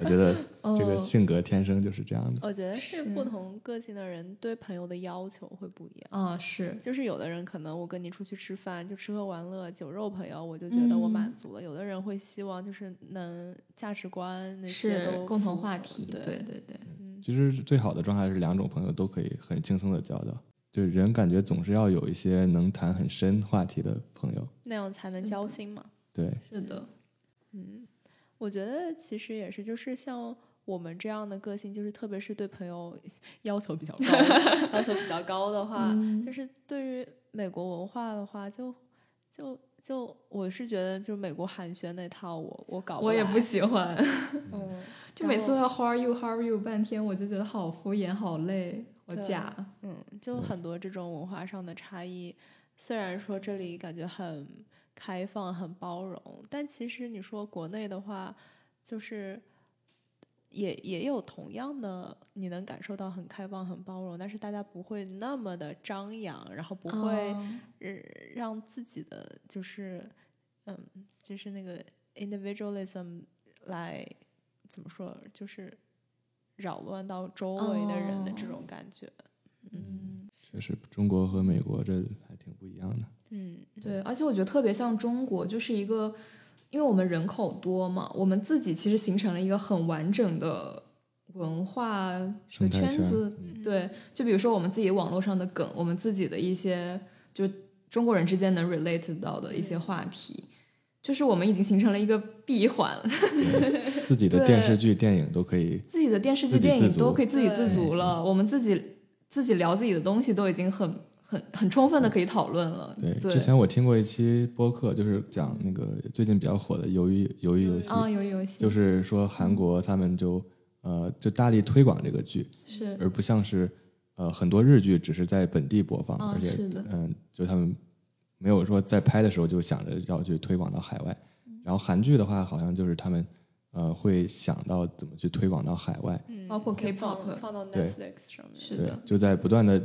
我觉得这个
哦
性格天生就是这样的。
我觉得是
是
不同个性的人对朋友的要求会不一样。
啊，是，
就是有的人可能我跟你出去吃饭就吃喝玩乐酒肉朋友，我就觉得我满
嗯
足了。有的人会希望就是能价值观那些
是
都
共同
符合
话题，
对嗯
对对对，
其实最好的状态是两种朋友都可以很轻松的交到。就是人感觉总是要有一些能谈很深话题的朋友。
那样才能交心嘛。
对，
是的，
嗯，我觉得其实也是，就是像我们这样的个性，就是特别是对朋友 要求比较高， 要求比较高的话，
嗯
就是对于美国文化的话，就就就我是觉得，就是美国寒暄那套我，我搞
我也
来
不，喜欢，
嗯，
就
然
每次
后
要 how are you how are you 半天，我就觉得好敷衍，好累，好
对
假，
嗯，就很多这种文化上的差异。虽然说这里感觉很开放、很包容，但其实你说国内的话，就是也也有同样的，你能感受到很开放、很包容，但是大家不会那么的张扬，然后不会
哦
呃让自己的就是嗯，就是那个 individualism 来怎么说，就是扰乱到周围的人的这种感觉。
确实中国和美国这还挺不一样的。
嗯，
对，而且我觉得特别像中国，就是一个，因为我们人口多嘛，我们自己其实形成了一个很完整的文化的
生态
圈
圈嗯
子。对，就比如说我们自己网络上的梗，我们自己的一些就中国人之间能 relate 到的一些话题，就是我们已经形成了一个闭环，
自己的电视剧、电影都可以，
自己的电视剧、
自给
电
自
影
足
都可以自给自
对
足了，我们自己自己聊自己的东西都已经很很很充分的可以讨论了。
对，
对
之前我听过一期播客，就是讲那个最近比较火的鱿鱼鱿鱼游戏，
啊，有游戏
就是说韩国他们就呃就大力推广这个剧，
是
而不像是呃很多日剧只是在本地播放，
啊
而且
是的
嗯、就他们没有说在拍的时候就想着要去推广到海外。
嗯
然后韩剧的话，好像就是他们呃会想到怎么去推广到海外，
包括 K-pop
放放到
对
Netflix 上面。
是
对
的，，
就在不断的。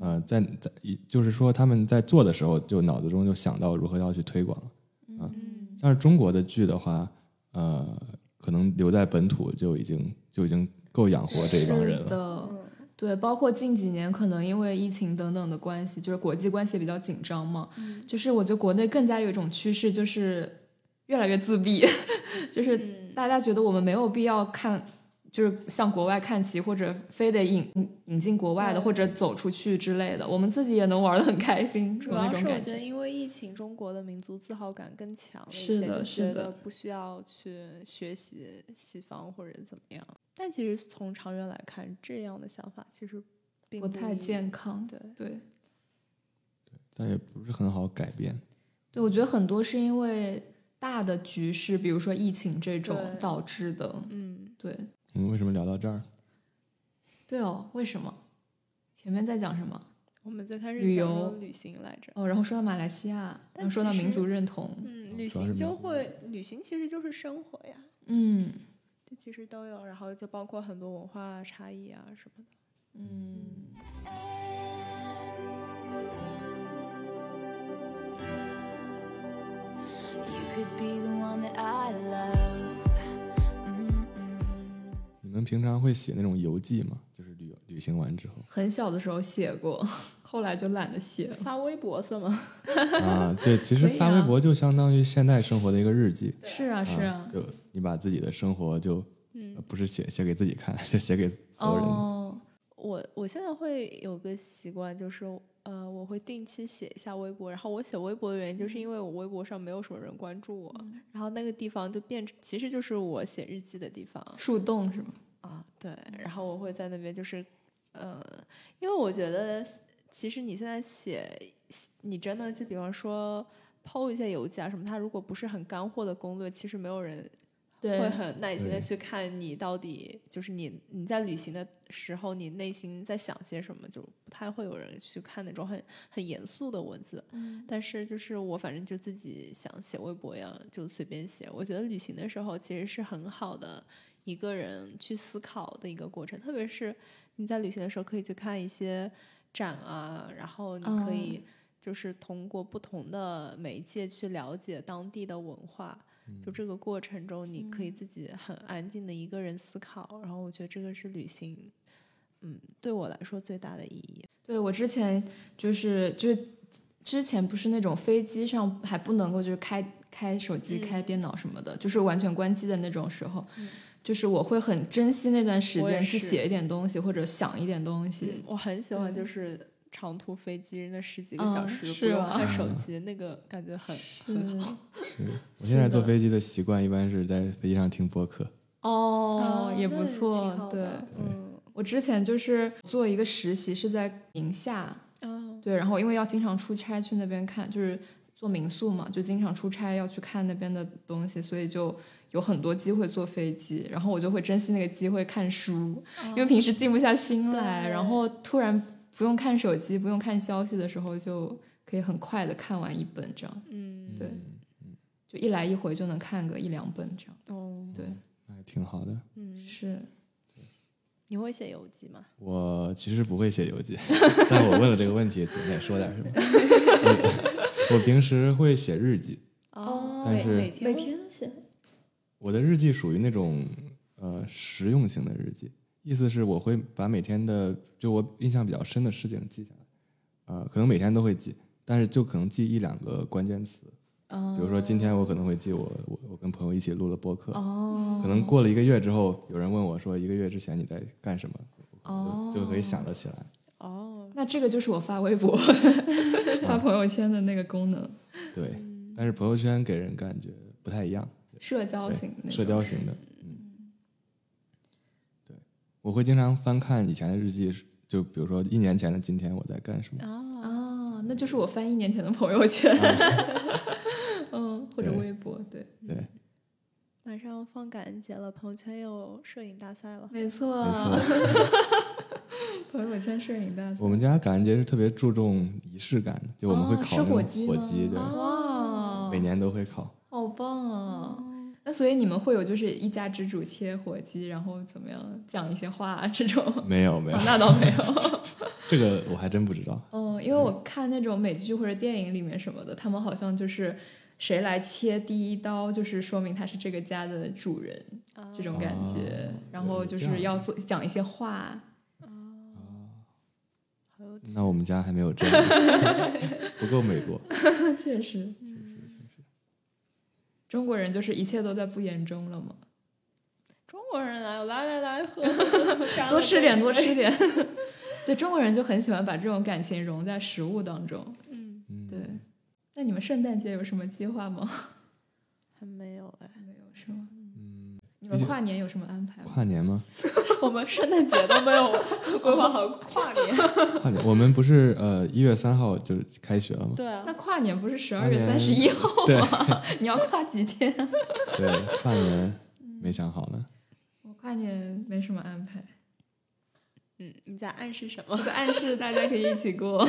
呃，在在，就是说他们在做的时候，就脑子中就想到如何要去推广，啊
嗯
像是中国的剧的话，呃，可能留在本土就已经就已经够养活这一帮人
是
了。
的，
嗯
对，包括近几年可能因为疫情等等的关系，就是国际关系比较紧张嘛，就是我觉得国内更加有一种趋势，就是越来越自闭， 就是
嗯
大家觉得我们没有必要看。就是向国外看齐，或者非得引引进国外的，
对
或者走出去之类的，我们自己也能玩的很开心，
主
有那
要
种
是我
感
觉得，
觉。
因为疫情，中国的民族自豪感更强了一
是
些，
的
就是觉
的
得不需要去学习西方或者怎么样。但其实从长远来看，这样的想法其实并
不太
一
健康。
对
对，
但也不是很好改变。
对，我觉得很多是因为大的局势，比如说疫情这种
对
导致的。
嗯，
对，
我们为什么聊到这儿？
对哦，为什么？前面在讲什么？
我们最开始
旅
想
游
说旅行来着，
哦，然后说到马来西亚，然后
但
说到
其实
民族认同，
嗯，旅
主要
行
是
就
民族
会，旅行其实就是生活呀，
嗯
这其实都有，然后就包括很多文化差异啊什么的。
嗯，
You could be the one that I love. Mm-mm.
你们平常会写那种游记吗？就是旅游旅行完 之后
很小的时候写过， 后来就懒得写了。
发微博算吗？
啊，对，其实
可以
发
啊
微博就相当于现代生活的一个日记。
是啊，是啊，
就你把自己的生活就，
嗯
呃不是写写给自己看， 就写给所有人。
哦，
我我现在会有个习惯，就是呃，我会定期写一下微博。然后我写微博的原因，就是因为我微博上没有什么人关注我，然后那个地方就变成，其实就是我写日记的地方
树洞是吗？
啊。对，然后我会在那边就是，呃，因为我觉得其实你现在写，你真的就比方说抛一些邮件啊什么，它如果不是很干货的攻略，其实没有人会
对，
很耐心的
对
去看你到底就是你你在旅行的时候，你内心在想些什么，就不太会有人去看那种很很严肃的文字。但是就是我反正就自己想写微博呀，就随便写。我觉得旅行的时候其实是很好的一个人去思考的一个过程，特别是你在旅行的时候可以去看一些展啊，然后你可
嗯
以就是通过不同的媒介去了解当地的文化。
嗯
就这个过程中，你可以自己很安静的一个人思考，然后我觉得这个是旅行，嗯，对我来说最大的意义。
对我之前就是就是之前不是那种飞机上还不能够就是开开手
嗯
机、开电脑什么的，就是完全关机的那种时候，就是我会很珍惜那段时
我也
间去
是
写一点东西或者想一点东
嗯
西，
我很喜欢
对
就是长途飞机那十几个
嗯
小时
是
不用
吧
看手机，那个感觉很很好。
我现在坐飞机的习惯一般是在飞机上听播客，
哦，也不
啊嗯那挺
错
好，
对。
的嗯，
我之前就是做一个实习，是在宁夏，
哦，
对，然后因为要经常出差去那边看，就是做民宿嘛，就经常出差要去看那边的东西，所以就有很多机会坐飞机，然后我就会珍惜那个机会看书，因为平时静不下心来，
对
然后突然不用看手机、不用看消息的时候，就可以很快的看完一本这样，
嗯，
对，就一来一回就能看个一两本这样，
哦，
对，
那还挺好的。
嗯，
是
你会写游记吗？
我其实不会写游记， 但我问了这个问题，总得说点什么。 我我平时会写日记，
哦
但
每
是
每天
每
吗
天写，
我的日记属于那种呃实用型的日记，意思是我会把每天的就我印象比较深的事情记下来，呃，可能每天都会记，但是就可能记一两个关键词，比如说今天我可能会记我我我跟朋友一起录了播客，
哦
可能过了一个月之后，有人问我说一个月之前你在干什么，
哦
就就可以想得起来。
哦，
那这个就是我发微博、 发朋友圈的那个功能，
对，
嗯
但是朋友圈给人感觉不太一样，
社交
对
型的那
社
种
交型的，嗯，对，我会经常翻看以前的日记，就比如说一年前的今天我在干什么，
啊
哦，那就是我翻一年前的朋友圈， 嗯，或者
啊对
微博，对，
对，
马上放感恩节了，朋友圈又有摄影大赛了。
没错，
没错，
朋友圈摄影大赛
我们家感恩节是特别注重仪式感的，就我们会
哦
烤
吃
那种
火鸡吗
火
哦
鸡，对，哦
哇，
每年都会烤。
好棒啊！
哦
那所以你们会有就是一家之主切火鸡，然后怎么样讲一些话啊这种？ 哦
没有没有，
那倒没
嗯
有。
这个我还真不知道。
嗯，因为我看那种美剧或者电影里面什么的，他们好像就是谁来切第一刀，就是说明他是这个家的主人，这种感觉。
哦
然后就
原来
是
是这样
要做讲一些话，
好有趣
那我们家还没有这样， 不够美国。
确实，中国人就是一切都在不言中了嘛，
中国人啊，来来来 喝，喝
多吃点，多。吃点。 对，中国人就很喜欢把这种感情融在食物当中。
嗯，
嗯
对，那你们圣诞节有什么计划吗？
还没有哎，
没有是吗？你们跨年有什么安排吗？
跨年吗？
我们圣诞节都没 有规划好跨年。
跨年，我们不是呃一月三号就开学了吗？
对啊
那，跨年不是十
跨
二月
年
三十一号
对
吗？你要跨几天啊？
对，跨年没想好呢。
我跨年没什么安排，
嗯，你在暗示什么
我？在暗示大家可以一起过。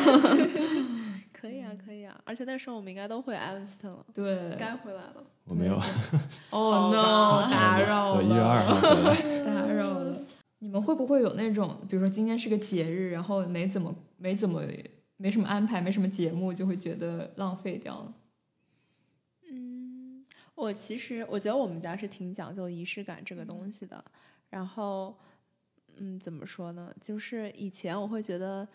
可以啊，可以啊，而且那时候我们应该都回埃文斯顿了，
对
该回来了。
我没有，
，Oh no，打扰
我
了，
一月二号回来。
打扰了。你们会不会有那种，比如说今天是个节日，然后没怎么没怎么没什么安排，没什么节目，就会觉得浪费掉了？
嗯，我其实我觉得我们家是挺讲究仪式感这个东西的。然后，嗯，怎么说呢？就是以前我会觉得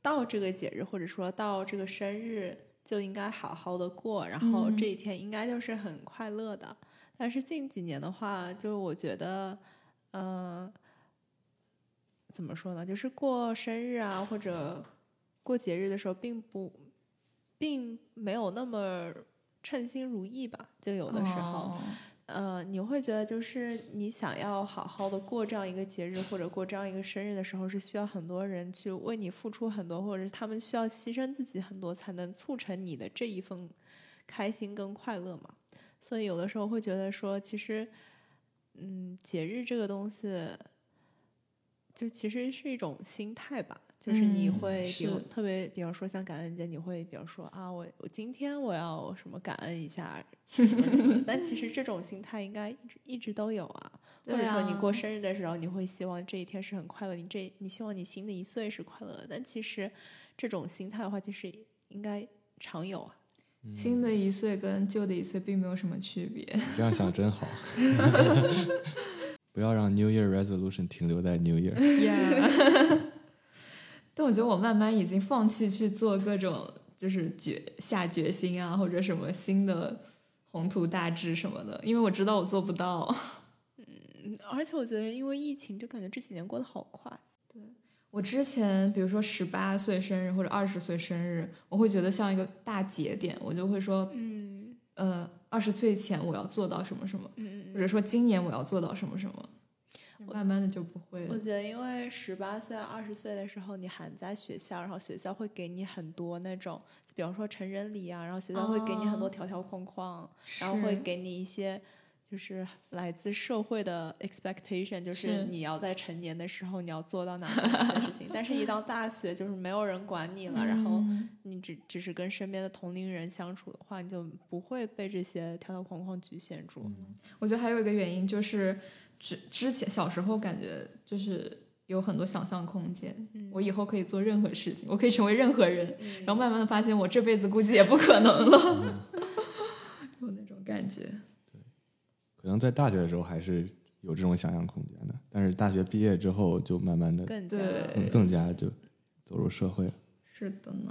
到这个节日，或者说到这个生日，就应该好好的过，然后这一天应该就是很快乐的。但是近几年的话，就是我觉得，呃，怎么说呢？就是过生日啊，或者过节日的时候，并不，并没有那么称心如意吧。就有的时候，
哦
呃，你会觉得就是你想要好好的过这样一个节日或者过这样一个生日的时候，是需要很多人去为你付出很多，或者是他们需要牺牲自己很多，才能促成你的这一份开心跟快乐嘛。所以有的时候会觉得说，其实，嗯，节日这个东西，就其实是一种心态吧。就是你
嗯
会，比如
是
特别，比方说像感恩节，你会比如说啊，我我今天我要什么感恩一下，但其实这种心态应该一直一直都有啊。或者
对
说你
啊
过生日的时候，你会希望这一天是很快乐，你这你希望你新的一岁是快乐的。但其实这种心态的话，其实应该常有啊。
新的一岁跟旧的一岁并没有什么区别。
你这样想真好， 不要让 New Year Resolution 停留在 New Year。
Yeah，但我觉得我慢慢已经放弃去做各种就是决下决心啊，或者什么新的宏图大志什么的，因为我知道我做不到。
嗯而且我觉得，因为疫情，就感觉这几年过得好快。
我之前比如说十八岁生日或者二十岁生日，我会觉得像一个大节点，我就会说，
嗯
呃，二十岁前我要做到什么什么，
嗯
或者说今年我要做到什么什么，慢慢的就不会
我
了。
觉得，因为十八岁、二十岁的时候，你还在学校，然后学校会给你很多那种，比方说成人礼啊，然后学校会给你很多
哦
条条框框，然后会
是
给你一些，就是来自社会的 expectation，就是
是
你要在成年的时候你要做到哪些事情，但是一到大学就是没有人管你了，然后
嗯
你只只是跟身边的同龄人相处的话，你就不会被这些条条框框局限住。
我觉得还有一个原因就是，之之前小时候感觉就是有很多想象空间，
嗯
我以后可以做任何事情，我可以成为任何人，然后慢慢的发现我这辈子估计也不可能了，
嗯
有那种感觉。
可能在大学的时候还是有这种想象空间的，但是大学毕业之后就慢慢的
更加，
对
更更加就走入社会了。
是的呢，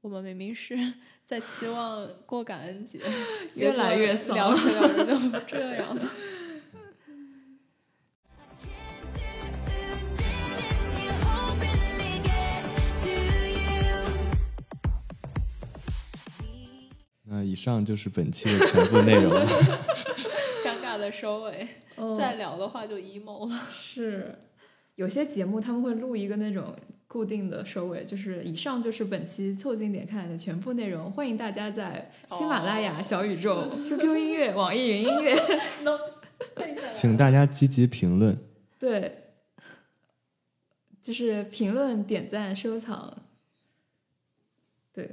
我们明明是 在期望过感恩节，
越来越
结
丧
果聊着聊着 就这样了。
Can't do sitting here hoping it gets to you.
那以上就是本期的全部内容了。
尴尬的收尾，再聊的话就 emo 了。
是有些节目他们会录一个那种固定的收尾，就是以上就是本期凑近点看的全部内容，欢迎大家在喜马拉雅、小宇宙、QQ 音乐、网易云音乐。
no，
请大家积极评论，
对，就是评论、点赞、收藏。对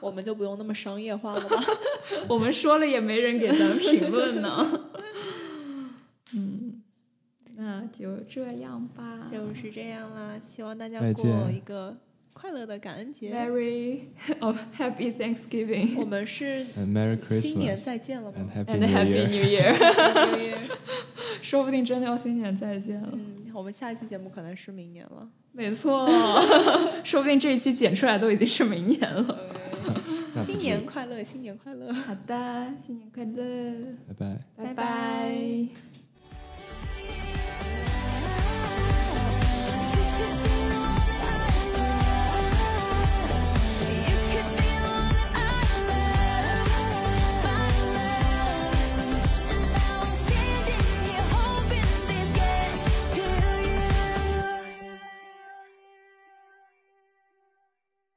我们就不用那么商业化了吧？
我们说了也没人给咱们评论呢。嗯，那就这样吧。
就是这样啦，希望大家
再见
过一个快乐的感恩节。
Merry 哦、Happy
我
Thanksgiving
们是
and 呃 Merry
新年
Christmas
再见了
and
吗？
Happy
and
New
Happy
Year。
New Year，
Happy New Year
说不定真的要新年再见了。
嗯，我们下一期节目可能是明年了。
没错，说不定这一期剪出来都已经是明年了。
那不
新
是
年快乐，新年快乐。
好的，新年快乐，
拜拜。
拜
拜拜
拜